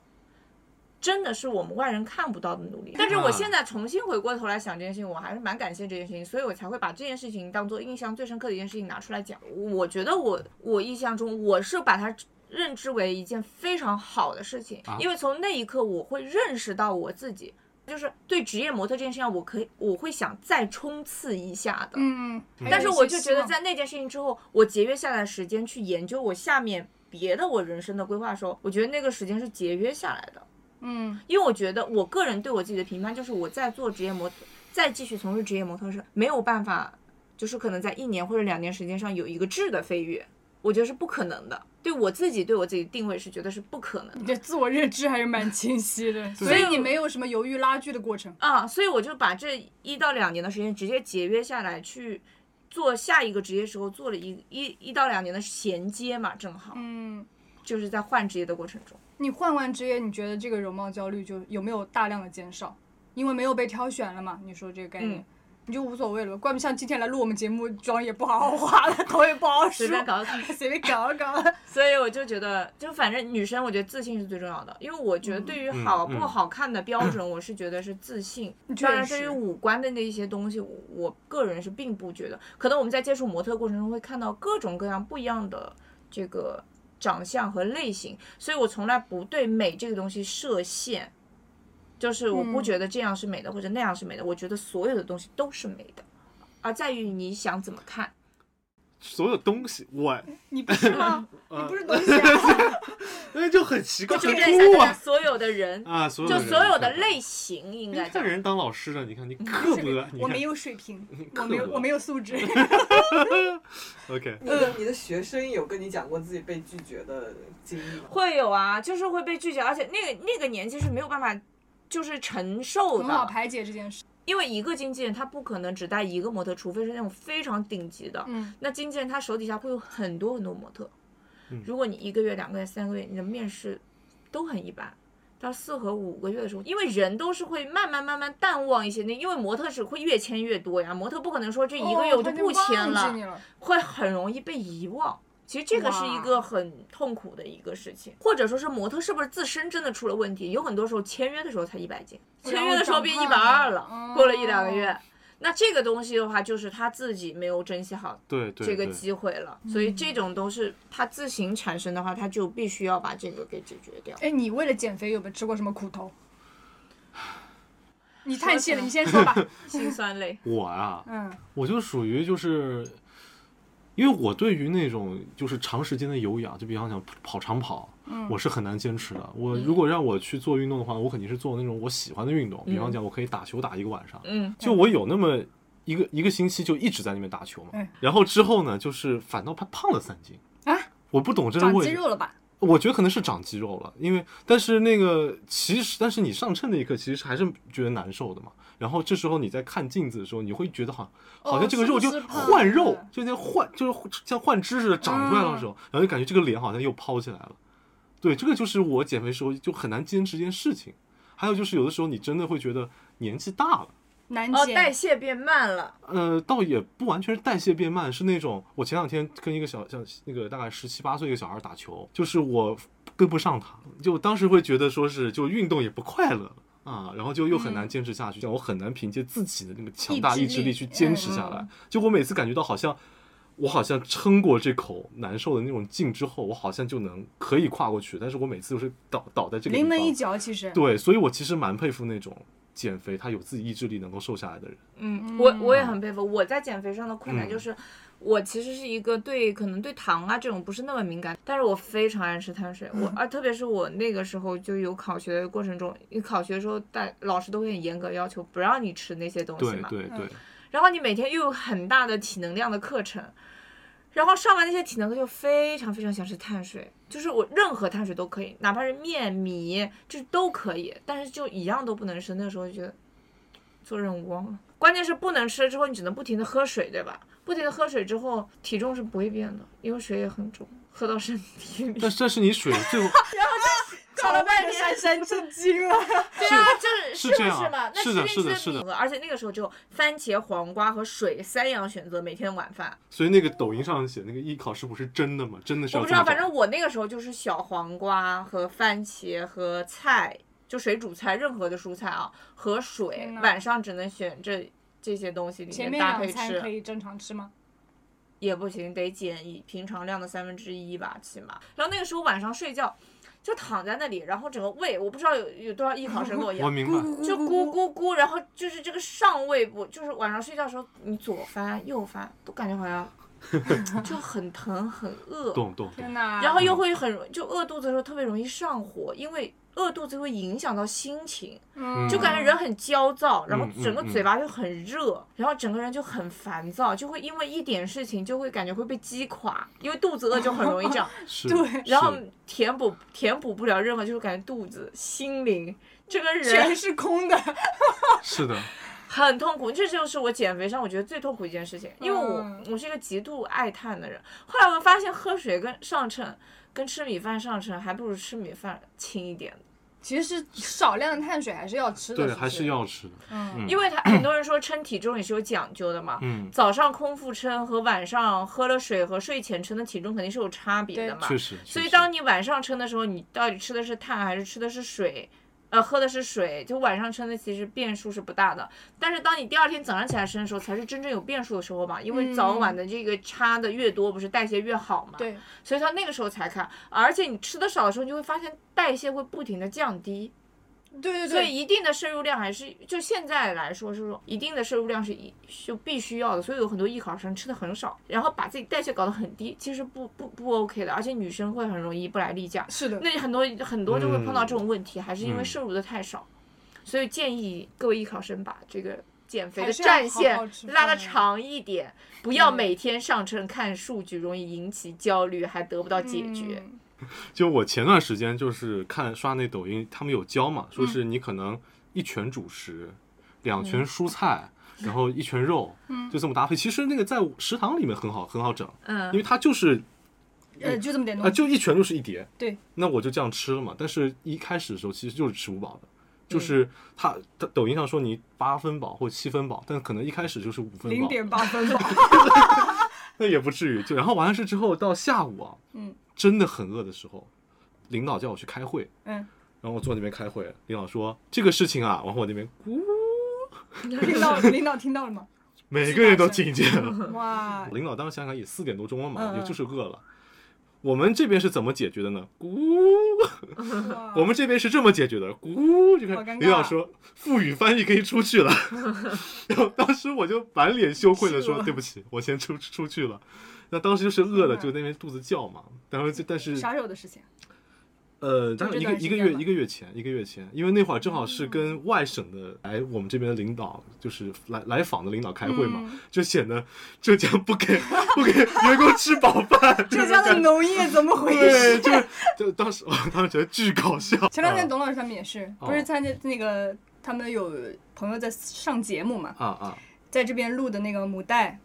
[SPEAKER 2] 真的是我们外人看不到的努力。但是我现在重新回过头来想这件事情，我还是蛮感谢这件事情，所以我才会把这件事情当做印象最深刻的一件事情拿出来讲。我觉得我我印象中我是把它。认知为一件非常好的事情
[SPEAKER 3] 啊，
[SPEAKER 2] 因为从那一刻我会认识到我自己，就是对职业模特这件事情上，我可以我会想再冲刺一下的。
[SPEAKER 1] 嗯，还有
[SPEAKER 2] 但是
[SPEAKER 1] 一
[SPEAKER 2] 我
[SPEAKER 1] 些
[SPEAKER 2] 就
[SPEAKER 1] 希
[SPEAKER 2] 觉得
[SPEAKER 1] 望
[SPEAKER 2] 在那件事情之后，我节约下来的时间去研究我下面别的我人生的规划的时候，我觉得那个时间是节约下来的，
[SPEAKER 1] 嗯
[SPEAKER 2] 因为我觉得我个人对我自己的评判就是我在做职业模特，再继续从事职业模特是没有办法，就是可能在一年或者两年时间上有一个质的飞跃，我觉得是不可能的。对我自己对我自己定位是觉得是不可能的
[SPEAKER 1] 你。的自我认知还是蛮清晰的，所以你没有什么犹豫拉锯的过程。
[SPEAKER 2] 啊，所以我就把这一到两年的时间直接节约下来，去做下一个职业时候做了一一一到两年的衔接嘛，正好
[SPEAKER 1] 嗯，
[SPEAKER 2] 就是在换职业的过程中，
[SPEAKER 1] 你换完职业，你觉得这个容貌焦虑就有没有大量的减少？因为没有被挑选了嘛，你说这个概念，
[SPEAKER 2] 嗯
[SPEAKER 1] 你就无所谓了。怪不像今天来录我们节目，妆也不好好化了，头也不好好梳
[SPEAKER 2] 随，便搞搞。
[SPEAKER 1] 随便搞一搞。
[SPEAKER 2] 所以我就觉得，就反正女生，我觉得自信是最重要的，因为我觉得对于
[SPEAKER 3] 嗯
[SPEAKER 2] 好
[SPEAKER 3] 嗯
[SPEAKER 2] 不好看的标准，我是觉得是自信。
[SPEAKER 1] 确
[SPEAKER 2] 当然，对
[SPEAKER 1] 实
[SPEAKER 2] 于五官的那一些东西，我我个人是并不觉得。可能我们在接触模特的过程中会看到各种各样不一样的这个长相和类型，所以我从来不对美这个东西设限，就是我不
[SPEAKER 1] 嗯
[SPEAKER 2] 觉得这样是美的、或者那样是美的，我觉得所有的东西都是美的，而在于你想怎么看。
[SPEAKER 3] 所有东西我
[SPEAKER 1] 你不是吗？你
[SPEAKER 3] 呃
[SPEAKER 1] 不是东 西啊？
[SPEAKER 3] 那就很奇怪，
[SPEAKER 2] 就
[SPEAKER 3] 很
[SPEAKER 2] 是在
[SPEAKER 3] 酷
[SPEAKER 2] 看
[SPEAKER 3] 啊
[SPEAKER 2] 所有的人，
[SPEAKER 3] 啊！所有
[SPEAKER 2] 就
[SPEAKER 3] 的人
[SPEAKER 2] 所有的
[SPEAKER 3] 你看
[SPEAKER 2] 类型嗯应该
[SPEAKER 3] 你看
[SPEAKER 2] 讲。
[SPEAKER 3] 人当老师的，你看你刻薄，你
[SPEAKER 1] 我没
[SPEAKER 3] 看
[SPEAKER 1] 有水平，我
[SPEAKER 3] 刻
[SPEAKER 1] 没有，
[SPEAKER 3] 薄
[SPEAKER 1] 我没有素质。
[SPEAKER 3] OK，
[SPEAKER 5] 你的你的学生有跟你讲过自己被拒绝的经历 吗？
[SPEAKER 2] 会有啊，就是会被拒绝，而且那个那个年纪是没有办法，就是承受
[SPEAKER 1] 很好
[SPEAKER 2] 的，
[SPEAKER 1] 排解这件事。
[SPEAKER 2] 因为一个经纪人他不可能只带一个模特，除非是那种非常顶级的。
[SPEAKER 1] 嗯，
[SPEAKER 2] 那经纪人他手底下会有很多很多模特
[SPEAKER 3] 嗯，
[SPEAKER 2] 如果你一个月、两个月、三个月，你的面试都很一般。到四和五个月的时候，因为人都是会慢慢慢慢淡忘一些那，因为模特是会越签越多呀，模特不可能说这一个月我哦就不签
[SPEAKER 1] 了
[SPEAKER 2] 了，。会很容易被遗忘。其实这个是一个很痛苦的一个事情，或者说是模特是不是自身真的出了问题？有很多时候签约的时候才一百斤，签约的时候变一
[SPEAKER 1] 长
[SPEAKER 2] 百
[SPEAKER 1] 胖
[SPEAKER 2] 二
[SPEAKER 1] 了
[SPEAKER 2] 了， 过了一
[SPEAKER 1] 哦
[SPEAKER 2] 两个月。那这个东西的话，就是他自己没有珍惜好
[SPEAKER 3] 对对
[SPEAKER 2] 这个
[SPEAKER 3] 对
[SPEAKER 2] 机会了，所以这种都是他自行产生的话，他就必须要把这个给解决掉。
[SPEAKER 1] 哎，你为了减肥有没有吃过什么苦头？你叹气了，
[SPEAKER 2] 起来
[SPEAKER 1] 你先说吧。
[SPEAKER 2] 心酸泪，
[SPEAKER 3] 我啊，
[SPEAKER 1] 嗯，
[SPEAKER 3] 我就属于就是，因为我对于那种就是长时间的有氧，就比方讲跑长跑，
[SPEAKER 2] 嗯
[SPEAKER 3] 我是很难坚持的。我如果让我去做运动的话，我肯定是做那种我喜欢的运动，比方讲我可以打球打一个晚上，
[SPEAKER 2] 嗯，
[SPEAKER 3] 就我有那么一个一个星期就一直在那边打球嘛
[SPEAKER 1] 嗯。
[SPEAKER 3] 然后之后呢，就是反倒他胖了三斤
[SPEAKER 1] 啊！
[SPEAKER 3] 我不懂这个
[SPEAKER 1] 长
[SPEAKER 3] 为
[SPEAKER 1] 肌
[SPEAKER 3] 什么。
[SPEAKER 1] 肉了吧？
[SPEAKER 3] 我觉得可能是长肌肉了，因为但是那个其实，但是你上秤那一刻其实还是觉得难受的嘛。然后这时候你在看镜子的时候，你会觉得好像
[SPEAKER 1] 哦
[SPEAKER 3] 好像这个肉就是
[SPEAKER 2] 哦不是嗯胖
[SPEAKER 3] 换肉，
[SPEAKER 2] 了
[SPEAKER 3] 就像换就是像换肢似的长出来
[SPEAKER 2] 嗯
[SPEAKER 3] 的时候，然后就感觉这个脸好像又抛起来了。对，这个就是我减肥时候就很难坚持一件事情。还有就是有的时候你真的会觉得年纪大了。
[SPEAKER 1] 难
[SPEAKER 2] 哦，代
[SPEAKER 1] 减，
[SPEAKER 2] 谢变慢了，
[SPEAKER 3] 呃，倒也不完全是代谢变慢，是那种我前两天跟一个小小那个大概十七八岁一个小孩打球，就是我跟不上他，就当时会觉得说是就运动也不快乐了啊，然后就又很难坚持下去，像我很难凭借自己的那个强大
[SPEAKER 1] 嗯意
[SPEAKER 3] 意
[SPEAKER 1] 志
[SPEAKER 3] 志
[SPEAKER 1] 力嗯
[SPEAKER 3] 力去坚持下来，就我每次感觉到好像。我好像撑过这口难受的那种劲之后，我好像就能可以跨过去，但是我每次都是倒倒在这个地方。
[SPEAKER 1] 临门一脚，其实
[SPEAKER 3] 对，所以我其实蛮佩服那种减肥他有自己意志力能够瘦下来的人。
[SPEAKER 2] 嗯，我我也
[SPEAKER 3] 嗯
[SPEAKER 2] 很佩服。我在减肥上的困难
[SPEAKER 3] 嗯
[SPEAKER 2] 就是，我其实是一个对可能对糖啊这种不是那么敏感，但是我非常爱吃碳水。
[SPEAKER 3] 嗯
[SPEAKER 2] 我啊，特别是我那个时候就有考学的过程中，你考学的时候，大老师都会很严格要求不让你吃那些
[SPEAKER 1] 哦
[SPEAKER 2] 东西
[SPEAKER 3] 对
[SPEAKER 2] 嘛。
[SPEAKER 3] 对
[SPEAKER 1] 嗯
[SPEAKER 3] 对，
[SPEAKER 2] 然后你每天又有很大的体能量的课程，然后上完那些体能课就非常非常想吃碳水，就是我任何碳水都可以，哪怕是面米，就是都可以，但是就一样都不能吃。那个时候就觉得做任务忘了，关键是不能吃了之后，你只能不停的喝水，对吧？不停的喝水之后，体重是不会变的，因为水也很重，喝到身体 里。
[SPEAKER 3] 但但是你水最后。
[SPEAKER 2] 搞了半天
[SPEAKER 4] 姗姗吃鸡了。
[SPEAKER 2] 对啊，就是
[SPEAKER 3] 是
[SPEAKER 2] 不
[SPEAKER 3] 这样
[SPEAKER 2] 是嘛？那
[SPEAKER 3] 是
[SPEAKER 2] 其
[SPEAKER 3] 的
[SPEAKER 2] 实
[SPEAKER 3] 是的
[SPEAKER 2] 你
[SPEAKER 3] 是的
[SPEAKER 2] 米和，而且那个时候只有番茄、黄瓜和水三样选择每天晚饭。
[SPEAKER 3] 所以那个抖音上写那个艺考是不是真的吗？真的是
[SPEAKER 2] 我
[SPEAKER 3] 要
[SPEAKER 2] 不知
[SPEAKER 3] 这么
[SPEAKER 2] 道，
[SPEAKER 3] 搞
[SPEAKER 2] 反正我那个时候就是小黄瓜和番茄和菜，就水煮菜，任何的蔬菜啊和水
[SPEAKER 1] 天，哪
[SPEAKER 2] 晚上只能选这这些东西里
[SPEAKER 4] 前面
[SPEAKER 2] 面搭配
[SPEAKER 4] 两餐可
[SPEAKER 2] 吃，
[SPEAKER 4] 以正常吃吗？
[SPEAKER 2] 也不行，得减一平常量的三分之一吧，起码。然后那个时候晚上睡觉就躺在那里，然后整个胃，我不知道有有多少艺考生跟 我一
[SPEAKER 3] 我
[SPEAKER 2] 样。
[SPEAKER 3] 明白，
[SPEAKER 2] 就咕咕咕，然后就是这个上胃部，就是晚上睡觉的时候，你左翻右翻，都感觉好像 就很疼很饿。
[SPEAKER 3] 懂懂
[SPEAKER 1] 天
[SPEAKER 3] 懂。
[SPEAKER 1] 哪！
[SPEAKER 2] 然后又会很容就饿肚子的时候特别容易上火，因为饿肚子会影响到心情，
[SPEAKER 1] 嗯
[SPEAKER 2] 就感觉人很焦躁，然后
[SPEAKER 3] 嗯嗯
[SPEAKER 2] 整个
[SPEAKER 3] 嗯
[SPEAKER 2] 嘴巴就很热，然后整个人就很烦躁，就会因为一点事情就会感觉会被击垮，因为肚子饿就很容易这 样，
[SPEAKER 3] 是，
[SPEAKER 1] 对
[SPEAKER 2] 然后
[SPEAKER 3] 是
[SPEAKER 2] 填补填补不了任何，就是感觉肚子、心灵这个
[SPEAKER 1] 全
[SPEAKER 2] 人
[SPEAKER 1] 是空的，
[SPEAKER 3] 是 的，
[SPEAKER 2] 很痛苦，这就是我减肥上我觉得最痛苦一件事情，因为我、
[SPEAKER 1] 嗯
[SPEAKER 2] 我是一个极度爱碳的人。后来我发现喝水跟上秤，跟吃米饭上秤，还不如吃米饭轻一点，
[SPEAKER 4] 其实少量的碳水还是要吃的，
[SPEAKER 3] 对，
[SPEAKER 4] 其实
[SPEAKER 3] 还是要吃的。嗯
[SPEAKER 2] 因为他很多人说称体重也是有讲究的嘛。
[SPEAKER 3] 嗯，
[SPEAKER 2] 早上空腹称和晚上喝了水和睡前称的体重肯定是有差别的嘛
[SPEAKER 3] 确。实。
[SPEAKER 2] 所以
[SPEAKER 3] 确实
[SPEAKER 2] 当你晚上称的时候，你到底吃的是碳还是吃的是水？呃，喝的是水，就晚上称的其实变数是不大的。但是当你第二天早上起来称的时候，才是真正有变数的时候
[SPEAKER 3] 嗯
[SPEAKER 2] 嘛，因为早晚的这个差的越多，不是代谢越好嘛。
[SPEAKER 1] 对，
[SPEAKER 2] 所以到那个时候才看，而且你吃的少的时候，你就会发现代谢会不停的降低。
[SPEAKER 1] 对对
[SPEAKER 2] 所以，一定的摄入量还是就现在来说是说一定的摄入量是一就必须要的，所以有很多艺考生吃的很少，然后把自己代谢搞得很低，其实不不不 OK 的，而且女生会很容易不来例假，
[SPEAKER 1] 是的，
[SPEAKER 2] 那很多很多就会碰到这种问题，还是因为
[SPEAKER 3] 嗯
[SPEAKER 2] 摄入的太少，所以建议各位艺考生把这个。减肥
[SPEAKER 4] 还
[SPEAKER 2] 的
[SPEAKER 4] 是要
[SPEAKER 2] 战
[SPEAKER 4] 好
[SPEAKER 2] 线
[SPEAKER 4] 好吃
[SPEAKER 2] 拉
[SPEAKER 4] 饭啊
[SPEAKER 2] 的
[SPEAKER 4] 嗯
[SPEAKER 2] 长一点，不要每天上秤看数据，容易引起焦虑，还得不到解决。
[SPEAKER 1] 嗯
[SPEAKER 3] 就我前段时间就是看刷那抖音，他们有教嘛，说
[SPEAKER 2] 嗯
[SPEAKER 3] 是你可能一拳主食，两拳蔬菜，然后一拳肉，就这么搭配。其实那个在食堂里面很好，很好整，
[SPEAKER 2] 嗯，
[SPEAKER 3] 因为它就是
[SPEAKER 1] 呃，就这么点
[SPEAKER 3] 啊，
[SPEAKER 1] 东西，
[SPEAKER 3] 就一拳就是一碟。
[SPEAKER 1] 对，
[SPEAKER 3] 那我就这样吃了嘛。但是一开始的时候其实就是吃不饱的，就是他他抖音上说你八分饱或七分饱，但可能一开始就是五分
[SPEAKER 1] 零
[SPEAKER 3] 饱，
[SPEAKER 1] 点八分饱。
[SPEAKER 3] 那也不至于。就然后完了事之后到下午啊，
[SPEAKER 1] 嗯，
[SPEAKER 3] 真的很饿的时候，领导叫我去开会，
[SPEAKER 1] 嗯，
[SPEAKER 3] 然后我坐那边开会，领导说这个事情啊，然后我那边咕，
[SPEAKER 1] 领 导领导听到了吗？
[SPEAKER 3] 每个人都听见了。
[SPEAKER 1] 哇，
[SPEAKER 3] 领导当时想想也四点多钟了嘛，
[SPEAKER 4] 嗯嗯
[SPEAKER 3] 也就是饿了。我们这边是怎么解决的呢？咕，
[SPEAKER 1] 哇
[SPEAKER 3] 我们这边是这么解决的，咕就
[SPEAKER 1] 好
[SPEAKER 3] 开始
[SPEAKER 1] 尴尬啊
[SPEAKER 3] 领导说副语翻译可以出去 了， 然后当时我就满脸羞愧的说对不起，我先出出去了。那当时就是饿了，
[SPEAKER 1] 天哪
[SPEAKER 3] 就那边肚子叫嘛，然后就但是
[SPEAKER 1] 啥时候的事情？
[SPEAKER 3] 呃，大概
[SPEAKER 1] 就这
[SPEAKER 3] 一个
[SPEAKER 1] 段时
[SPEAKER 3] 一个
[SPEAKER 1] 间
[SPEAKER 3] 月
[SPEAKER 1] 吧哦
[SPEAKER 3] 一个月前，一个月前，因为那会儿正好是跟外省的来我们这边的领导，就是来来访的领导开会嘛，
[SPEAKER 1] 嗯
[SPEAKER 3] 就显得浙江不给不给员工吃饱 饭，
[SPEAKER 1] 浙江的农业怎么回事？
[SPEAKER 3] 对，就是就当时我当时觉得巨搞笑。
[SPEAKER 1] 前两天
[SPEAKER 3] 啊
[SPEAKER 1] 董老师他们也是，
[SPEAKER 3] 哦
[SPEAKER 1] 不是参加那个他们有朋友在上节目嘛，
[SPEAKER 3] 啊 啊，
[SPEAKER 1] 在这边录的那个母带。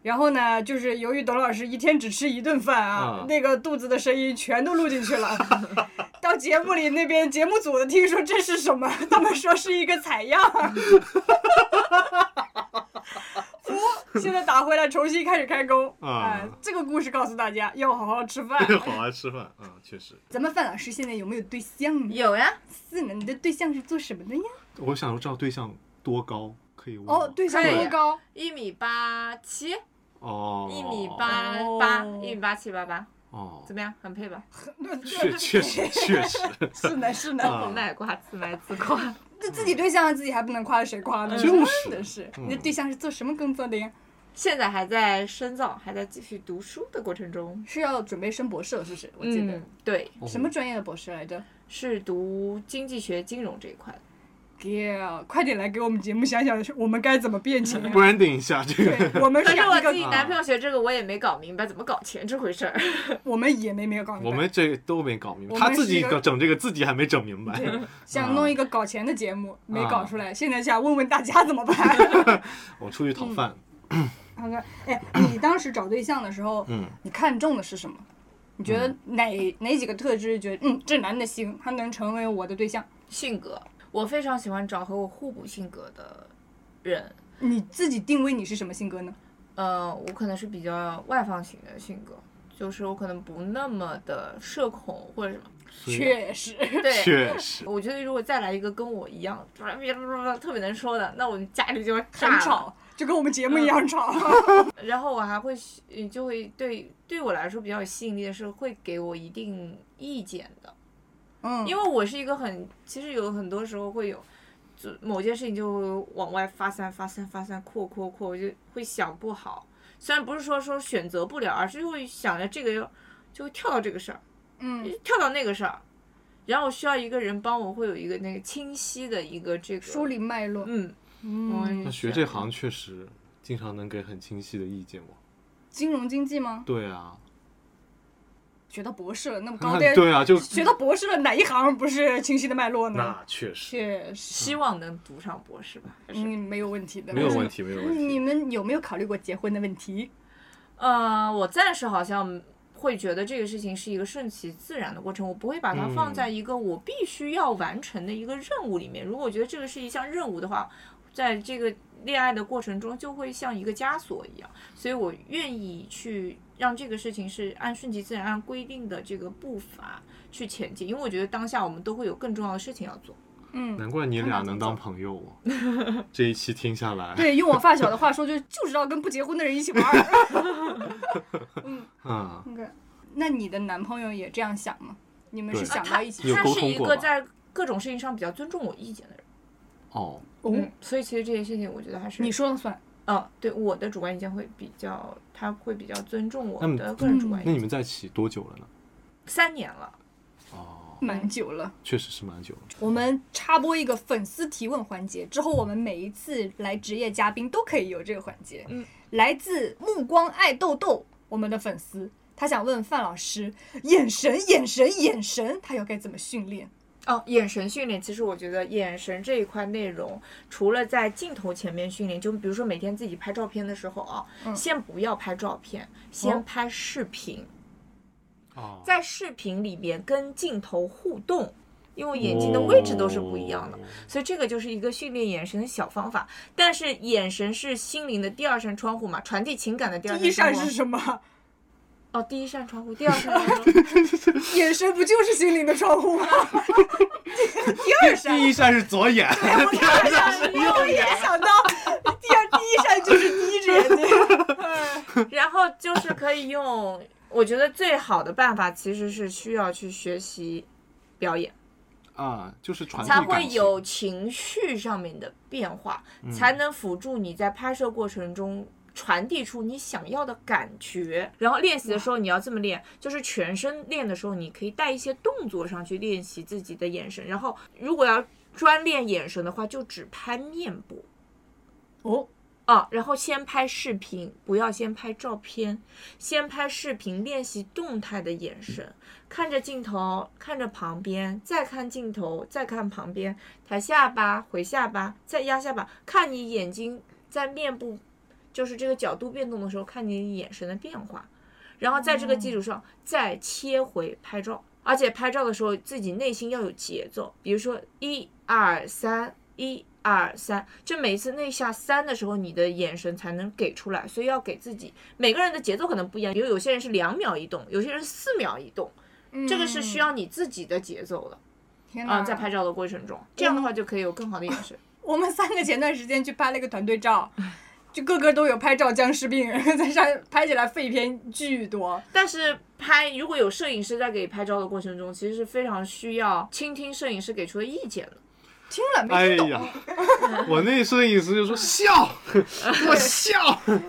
[SPEAKER 1] 然后呢，就是由于董老师一天只吃一顿饭啊，
[SPEAKER 3] 啊
[SPEAKER 1] 那个肚子的声音全都录进去了。 到节目里那边节目组的听说这是什么， 他们说是一个采样。 服，现在打回来重新开始开工
[SPEAKER 3] 啊。
[SPEAKER 1] 哎这个故事告诉大家要好好吃饭
[SPEAKER 3] 好好吃饭啊，确实。
[SPEAKER 1] 咱们范老师现在有没有对象呢？
[SPEAKER 2] 有呀，
[SPEAKER 1] 四呢？你的对象是做什么的呀？
[SPEAKER 3] 我想知道对象多高，可以问
[SPEAKER 1] 哦，
[SPEAKER 3] 吗
[SPEAKER 1] 对象
[SPEAKER 2] 可以
[SPEAKER 1] 多高？
[SPEAKER 2] 一米八七，
[SPEAKER 3] 哦，
[SPEAKER 2] 一米八八，
[SPEAKER 1] 哦
[SPEAKER 2] 一米八七八八，
[SPEAKER 3] 哦，
[SPEAKER 2] 怎么样？很 配吧？
[SPEAKER 3] 确确实确实
[SPEAKER 1] 是呢是呢，
[SPEAKER 3] 啊，
[SPEAKER 2] 卖瓜自卖自夸。
[SPEAKER 1] 这自己对象自己还不能夸，谁夸呢？
[SPEAKER 3] 就是
[SPEAKER 1] 真的是。
[SPEAKER 3] 嗯
[SPEAKER 1] 你的对象是做什么工作的呀？
[SPEAKER 2] 现在还在深造，还在继续读书的过程中。
[SPEAKER 1] 是要准备升博士了，是不是？我记
[SPEAKER 2] 嗯
[SPEAKER 1] 得，
[SPEAKER 2] 对，
[SPEAKER 3] 哦？
[SPEAKER 1] 什么专业的博士来着
[SPEAKER 2] 是读经济学、金融这一块的。
[SPEAKER 1] ？Girl，快点来给我们节目想想，我们该怎么变钱
[SPEAKER 3] branding 一下这个。
[SPEAKER 1] 对，我们
[SPEAKER 2] 但是我
[SPEAKER 1] 两
[SPEAKER 2] 自己啊
[SPEAKER 1] 个，
[SPEAKER 2] 男朋友学这个，我也没搞明白怎么搞钱这回事儿。
[SPEAKER 1] 我们也没没有搞明白。
[SPEAKER 3] 我们这都没搞明白，
[SPEAKER 1] 我们
[SPEAKER 3] 他自
[SPEAKER 1] 是
[SPEAKER 3] 己
[SPEAKER 1] 一个
[SPEAKER 3] 搞整这个自己还没整明白。
[SPEAKER 1] 想弄一个搞钱的节目，没
[SPEAKER 3] 啊
[SPEAKER 1] 搞出来，现在想问问大家怎么办？
[SPEAKER 3] 我出去讨饭，
[SPEAKER 1] 嗯他说：“哎，你当时找对象的时候，
[SPEAKER 3] 嗯，
[SPEAKER 1] 你看中的是什么？你觉得哪、哪几个特质觉得嗯，这男的行，他能成为我的对象？
[SPEAKER 2] 性格，我非常喜欢找和我互补性格的人。
[SPEAKER 1] 你自己定位你是什么性格呢？
[SPEAKER 2] 呃，我可能是比较外放型的性格，就是我可能不那么的社恐或者什么。
[SPEAKER 3] 所以
[SPEAKER 1] 确实，
[SPEAKER 2] 对，
[SPEAKER 3] 确实，
[SPEAKER 2] 我觉得如果再来一个跟我一样，特别能说的，那我们家里就要炸
[SPEAKER 1] 很
[SPEAKER 2] 了。
[SPEAKER 1] 吵，就跟我们节
[SPEAKER 3] 嗯
[SPEAKER 1] 目一 样吵。
[SPEAKER 2] 然后我还会喜，呃就会对对我来说比较有吸引力的是会给我一定意见的，
[SPEAKER 1] 嗯，
[SPEAKER 2] 因为我是一个很，其实有很多时候会有，就某件事情就会往外发散、发散、发散、扩、扩、扩，我就会想不好。虽然不是说说选择不了，而是会想着这个又就会跳到这个事儿，
[SPEAKER 1] 嗯，
[SPEAKER 2] 跳到那个事儿，然后我需要一个人帮我，会有一个那个清晰的一个这个
[SPEAKER 1] 梳，理脉络。
[SPEAKER 2] 嗯，
[SPEAKER 1] 嗯，
[SPEAKER 3] 那
[SPEAKER 2] 我
[SPEAKER 3] 学这行确实经常能给很清晰的意见哦。
[SPEAKER 1] 金融经济吗？
[SPEAKER 3] 对啊，
[SPEAKER 1] 学到博士了，那么高
[SPEAKER 3] 那
[SPEAKER 1] 端，
[SPEAKER 3] 对啊，就
[SPEAKER 1] 学到博士了，哪一行不是清晰的脉络呢？
[SPEAKER 3] 那确实
[SPEAKER 1] 确实，
[SPEAKER 2] 希望能读上博士吧，还是
[SPEAKER 1] 嗯，没有问题的，
[SPEAKER 3] 没有问。题，没有问
[SPEAKER 1] 你
[SPEAKER 3] 题。
[SPEAKER 1] 们有没有考虑过结婚的问题？
[SPEAKER 2] 呃，我暂时好像会觉得这个事情是一个顺其自然的过程，我不会把它放
[SPEAKER 3] 嗯
[SPEAKER 2] 在一个我必须要完成的一个任务里面。如果我觉得这个是一项任务的话，在这个恋爱的过程中就会像一个枷锁一样，所以我愿意去让这个事情是按顺其自然、按规定的这个步伐去前进，因为我觉得当下我们都会有更重要的事情要做。
[SPEAKER 1] 嗯，
[SPEAKER 3] 难怪你俩能当朋友哦。这一期听下来，
[SPEAKER 1] 对，用我发小的话说， 就就知道跟不结婚的人一起玩儿。
[SPEAKER 3] 啊，
[SPEAKER 1] 那个，那你的男朋友也这样想吗？你们是
[SPEAKER 3] 对
[SPEAKER 1] 想到一起
[SPEAKER 3] 有
[SPEAKER 2] 他
[SPEAKER 3] 沟
[SPEAKER 2] 是
[SPEAKER 3] 通
[SPEAKER 2] 一
[SPEAKER 3] 过
[SPEAKER 2] 个
[SPEAKER 3] 吧
[SPEAKER 2] 在各种事情上比较尊重我意见的人，
[SPEAKER 3] 哦，
[SPEAKER 1] 哦
[SPEAKER 2] 嗯，所以其实这件事情我觉得还是
[SPEAKER 1] 你说了算。
[SPEAKER 2] 嗯，对，我的主观意见会比较，他会比较尊重我
[SPEAKER 3] 那么嗯
[SPEAKER 2] 的个人主观意
[SPEAKER 3] 那
[SPEAKER 2] 见。
[SPEAKER 3] 你们在一起多久了呢？
[SPEAKER 2] 三年了，
[SPEAKER 3] 哦，
[SPEAKER 1] 蛮久了，
[SPEAKER 3] 确实是蛮久了。
[SPEAKER 1] 我们插播一个粉丝提问环节，之后我们每一次来职业嘉宾都可以有这个环节。
[SPEAKER 2] 嗯，
[SPEAKER 1] 来自目光爱豆豆，我们的粉丝，他想问范老师，眼神，眼神，眼神，他要该怎么训练？
[SPEAKER 2] 哦，眼神训练，其实我觉得眼神这一块内容，除了在镜头前面训练，就比如说每天自己拍照片的时候啊，
[SPEAKER 1] 嗯哦
[SPEAKER 2] 先不要拍照片，先拍视频，
[SPEAKER 3] 哦，
[SPEAKER 2] 在视频里边跟镜头互动，因为眼睛的位置都是不一样的。
[SPEAKER 3] 哦
[SPEAKER 2] 所以这个就是一个训练眼神的小方法，但是眼神是心灵的第二扇窗户嘛，传递情感的第二
[SPEAKER 1] 第一
[SPEAKER 2] 扇
[SPEAKER 1] 扇
[SPEAKER 2] 窗户
[SPEAKER 1] 是。什么？
[SPEAKER 2] 哦，第一扇窗户，第二扇窗户。
[SPEAKER 1] 眼神不就是心灵的窗户吗？第二扇，
[SPEAKER 3] 第一扇是左眼，第
[SPEAKER 2] 哎
[SPEAKER 3] 二扇 是
[SPEAKER 1] 我
[SPEAKER 3] 右
[SPEAKER 1] 也
[SPEAKER 3] 眼。
[SPEAKER 1] 想到， 第二第一扇就是第一只眼睛。
[SPEAKER 2] 然后就是可以用，我觉得最好的办法其实是需要去学习表演，
[SPEAKER 3] 啊，就是传递
[SPEAKER 2] 才
[SPEAKER 3] 感
[SPEAKER 2] 会
[SPEAKER 3] 情嗯
[SPEAKER 2] 有情绪上面的变化，才能辅助你在拍摄过程中。传递出你想要的感觉。然后练习的时候你要这么练，就是全身练的时候，你可以带一些动作上去练习自己的眼神。然后如果要专练眼神的话，就只拍面部。
[SPEAKER 1] 哦，
[SPEAKER 2] 啊，然后先拍视频，不要先拍照片，先拍视频练习动态的眼神，看着镜头，看着旁边，再看镜头，再看旁边，抬下巴，回下巴，再压下巴，看你眼睛在面部就是这个角度变动的时候，看你眼神的变化，然后在这个基础上再切回拍照，而且拍照的时候自己内心要有节奏，比如说一二三一。二三，就每次那下三的时候，你的眼神才能给出来，所以要给自己每个人的节奏可能不一样，比如有些人是两秒一动，有些人是四秒一动，这个是需要你自己的节奏的
[SPEAKER 1] 嗯天
[SPEAKER 2] 啊、
[SPEAKER 1] 哪，
[SPEAKER 2] 在拍照的过程中，这样的话就可以有更好的眼神。
[SPEAKER 1] 我们三个前段时间去拍了一个团队 照，就个个都有拍照僵尸病， 在上拍起来废片巨多。
[SPEAKER 2] 但是拍如果有摄影师在给拍照的过程中，其实是非常需要倾听摄影师给出的意见的。
[SPEAKER 1] 听了
[SPEAKER 3] 哎
[SPEAKER 1] 没听懂，
[SPEAKER 3] 呀，我那摄影师就说笑，给我笑。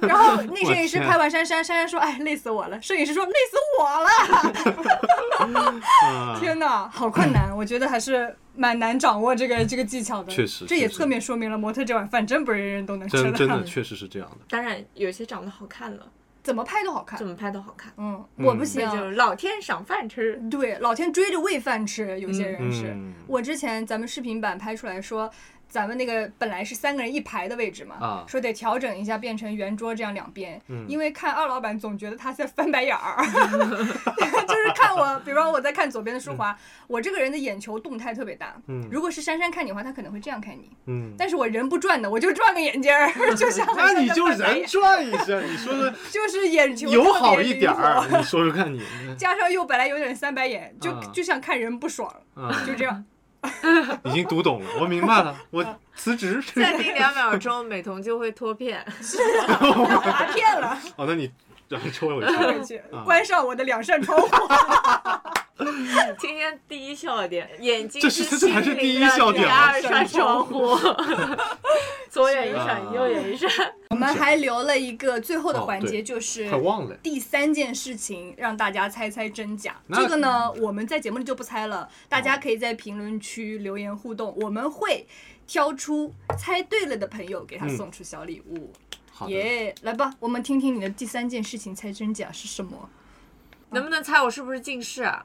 [SPEAKER 1] 然后那摄影师
[SPEAKER 3] 我天
[SPEAKER 1] 拍完珊珊，珊珊说：“哎，累死我了。”摄影师说：“累死我了。
[SPEAKER 3] 啊”
[SPEAKER 1] 天哪，好困难！我觉得还是蛮难掌握这个这个技巧的。
[SPEAKER 3] 确实
[SPEAKER 1] 这也
[SPEAKER 3] 确实
[SPEAKER 1] 侧面说明了模特这碗饭真不是人人都能吃
[SPEAKER 3] 真
[SPEAKER 1] 的。
[SPEAKER 3] 真的确实是这样的。
[SPEAKER 2] 当然，有些长得好看了，
[SPEAKER 1] 怎么拍都好看
[SPEAKER 2] 怎。么拍都好看，
[SPEAKER 1] 嗯，
[SPEAKER 3] 嗯
[SPEAKER 1] 我不
[SPEAKER 2] 所
[SPEAKER 1] 行
[SPEAKER 2] 以。就是老天赏饭 吃。
[SPEAKER 1] 对，老天追着喂饭吃，有些人是。
[SPEAKER 3] 嗯
[SPEAKER 1] 我之前咱们视频版拍出来说，咱们那个本来是三个人一排的位置嘛，
[SPEAKER 3] 啊
[SPEAKER 1] 说得调整一下，变成圆桌这样两边，
[SPEAKER 3] 嗯
[SPEAKER 1] 因为看二老板总觉得他在翻白眼 儿， 就是看我，比方我在看左边的舒华，我这个人的眼球动态特别大，
[SPEAKER 3] 嗯
[SPEAKER 1] 如果是珊珊看你的话，她可能会这样看你，
[SPEAKER 3] 嗯，
[SPEAKER 1] 但是我人不转的，我就转个眼 睛儿，就像好像
[SPEAKER 3] 那你
[SPEAKER 1] 在
[SPEAKER 3] 就
[SPEAKER 1] 翻白
[SPEAKER 3] 人
[SPEAKER 1] 眼
[SPEAKER 3] 转一下，你说说
[SPEAKER 1] 就是眼球
[SPEAKER 3] 友
[SPEAKER 1] 特
[SPEAKER 3] 好
[SPEAKER 1] 别
[SPEAKER 3] 一
[SPEAKER 1] 离
[SPEAKER 3] 点
[SPEAKER 1] 谱
[SPEAKER 3] 儿，你说说看你
[SPEAKER 1] 加上又本来有点三白眼，就、
[SPEAKER 3] 啊
[SPEAKER 1] 就像看人不爽，
[SPEAKER 3] 啊，
[SPEAKER 1] 就 这样。
[SPEAKER 3] 已经读懂了，我明白了，我辞职。
[SPEAKER 2] 暂停两秒钟，美瞳就会脱片。
[SPEAKER 1] 划片了，
[SPEAKER 3] 哦，那你然后抽回
[SPEAKER 1] 收
[SPEAKER 3] 去。
[SPEAKER 1] 回去
[SPEAKER 3] 啊，
[SPEAKER 1] 关上我的两扇窗户。
[SPEAKER 2] 今天第一笑点，眼睛
[SPEAKER 3] 这
[SPEAKER 2] 是
[SPEAKER 3] 是
[SPEAKER 2] 心
[SPEAKER 3] 这
[SPEAKER 2] 灵
[SPEAKER 3] 还
[SPEAKER 2] 的
[SPEAKER 3] 是第一笑点
[SPEAKER 2] 第
[SPEAKER 3] 啊
[SPEAKER 2] 二扇窗户， 左眼一扇，
[SPEAKER 3] 啊
[SPEAKER 2] 右眼一扇。
[SPEAKER 1] 我们还留了一个最后的环
[SPEAKER 3] 哦
[SPEAKER 1] 节，
[SPEAKER 3] 对
[SPEAKER 1] 就是
[SPEAKER 3] 快忘了，
[SPEAKER 1] 第三件事情，让大家猜猜真假。
[SPEAKER 3] 那哦
[SPEAKER 1] 这个呢，我们在节目里就不猜了，大家可以在评论区留言互动，我们会挑出猜对了的朋友，给他
[SPEAKER 3] 嗯
[SPEAKER 1] 送出小礼物。
[SPEAKER 3] 好的，
[SPEAKER 1] 耶，来吧，我们听听你的第三件事情猜真假是什么？
[SPEAKER 2] 能不能猜我是不是近视啊？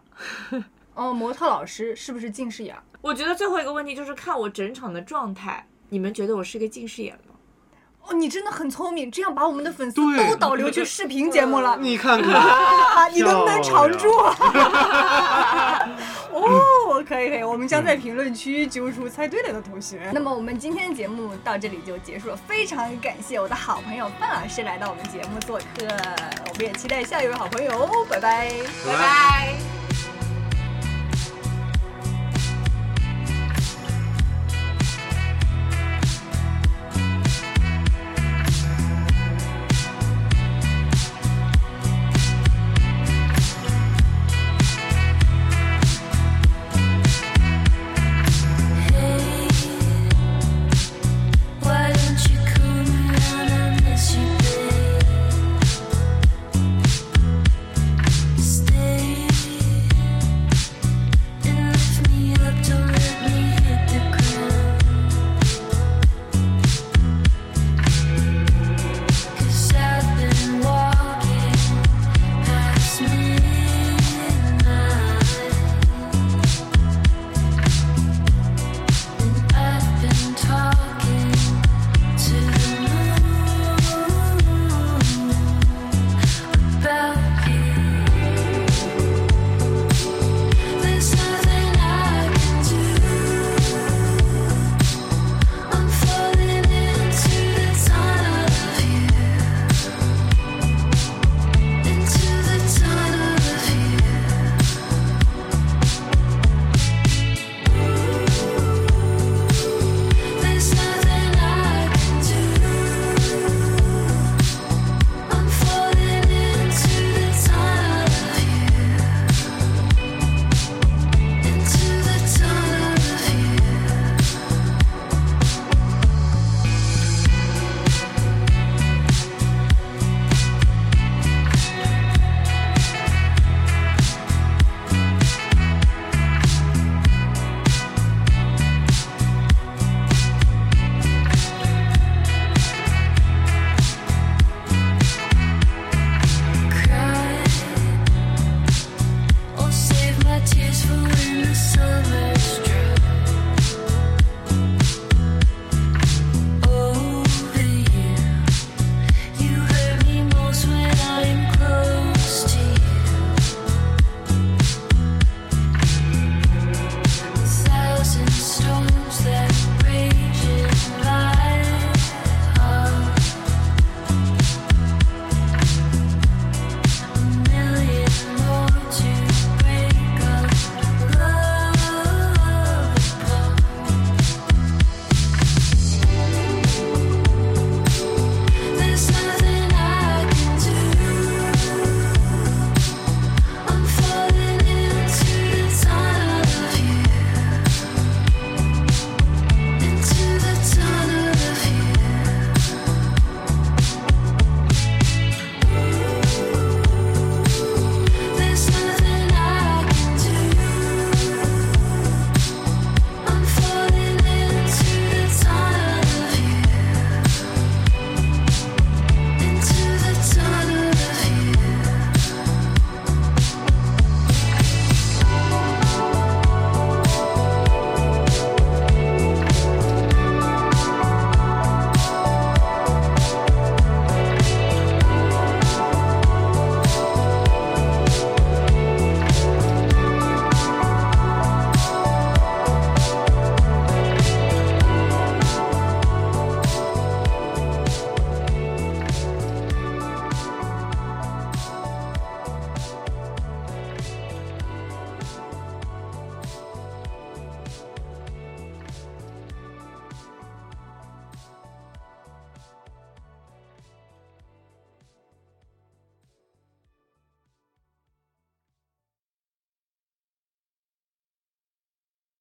[SPEAKER 1] 哦，模特老师是不是近视眼儿？
[SPEAKER 2] 我觉得最后一个问题就是看我整场的状态，你们觉得我是个近视眼吗？
[SPEAKER 1] 哦，你真的很聪明，这样把我们的粉丝
[SPEAKER 3] 对
[SPEAKER 1] 都导流去视频节目 了。
[SPEAKER 3] 你看看，
[SPEAKER 1] 啊，你能不能常驻
[SPEAKER 3] 漂？
[SPEAKER 1] 哦，可以可以，我们将在评论区揪出猜对了的同学。那么我们今天的节目到这里就结束了，非常感谢我的好朋友范老师来到我们节目做客，我们也期待下一位好朋友哦，拜拜。
[SPEAKER 2] 拜拜。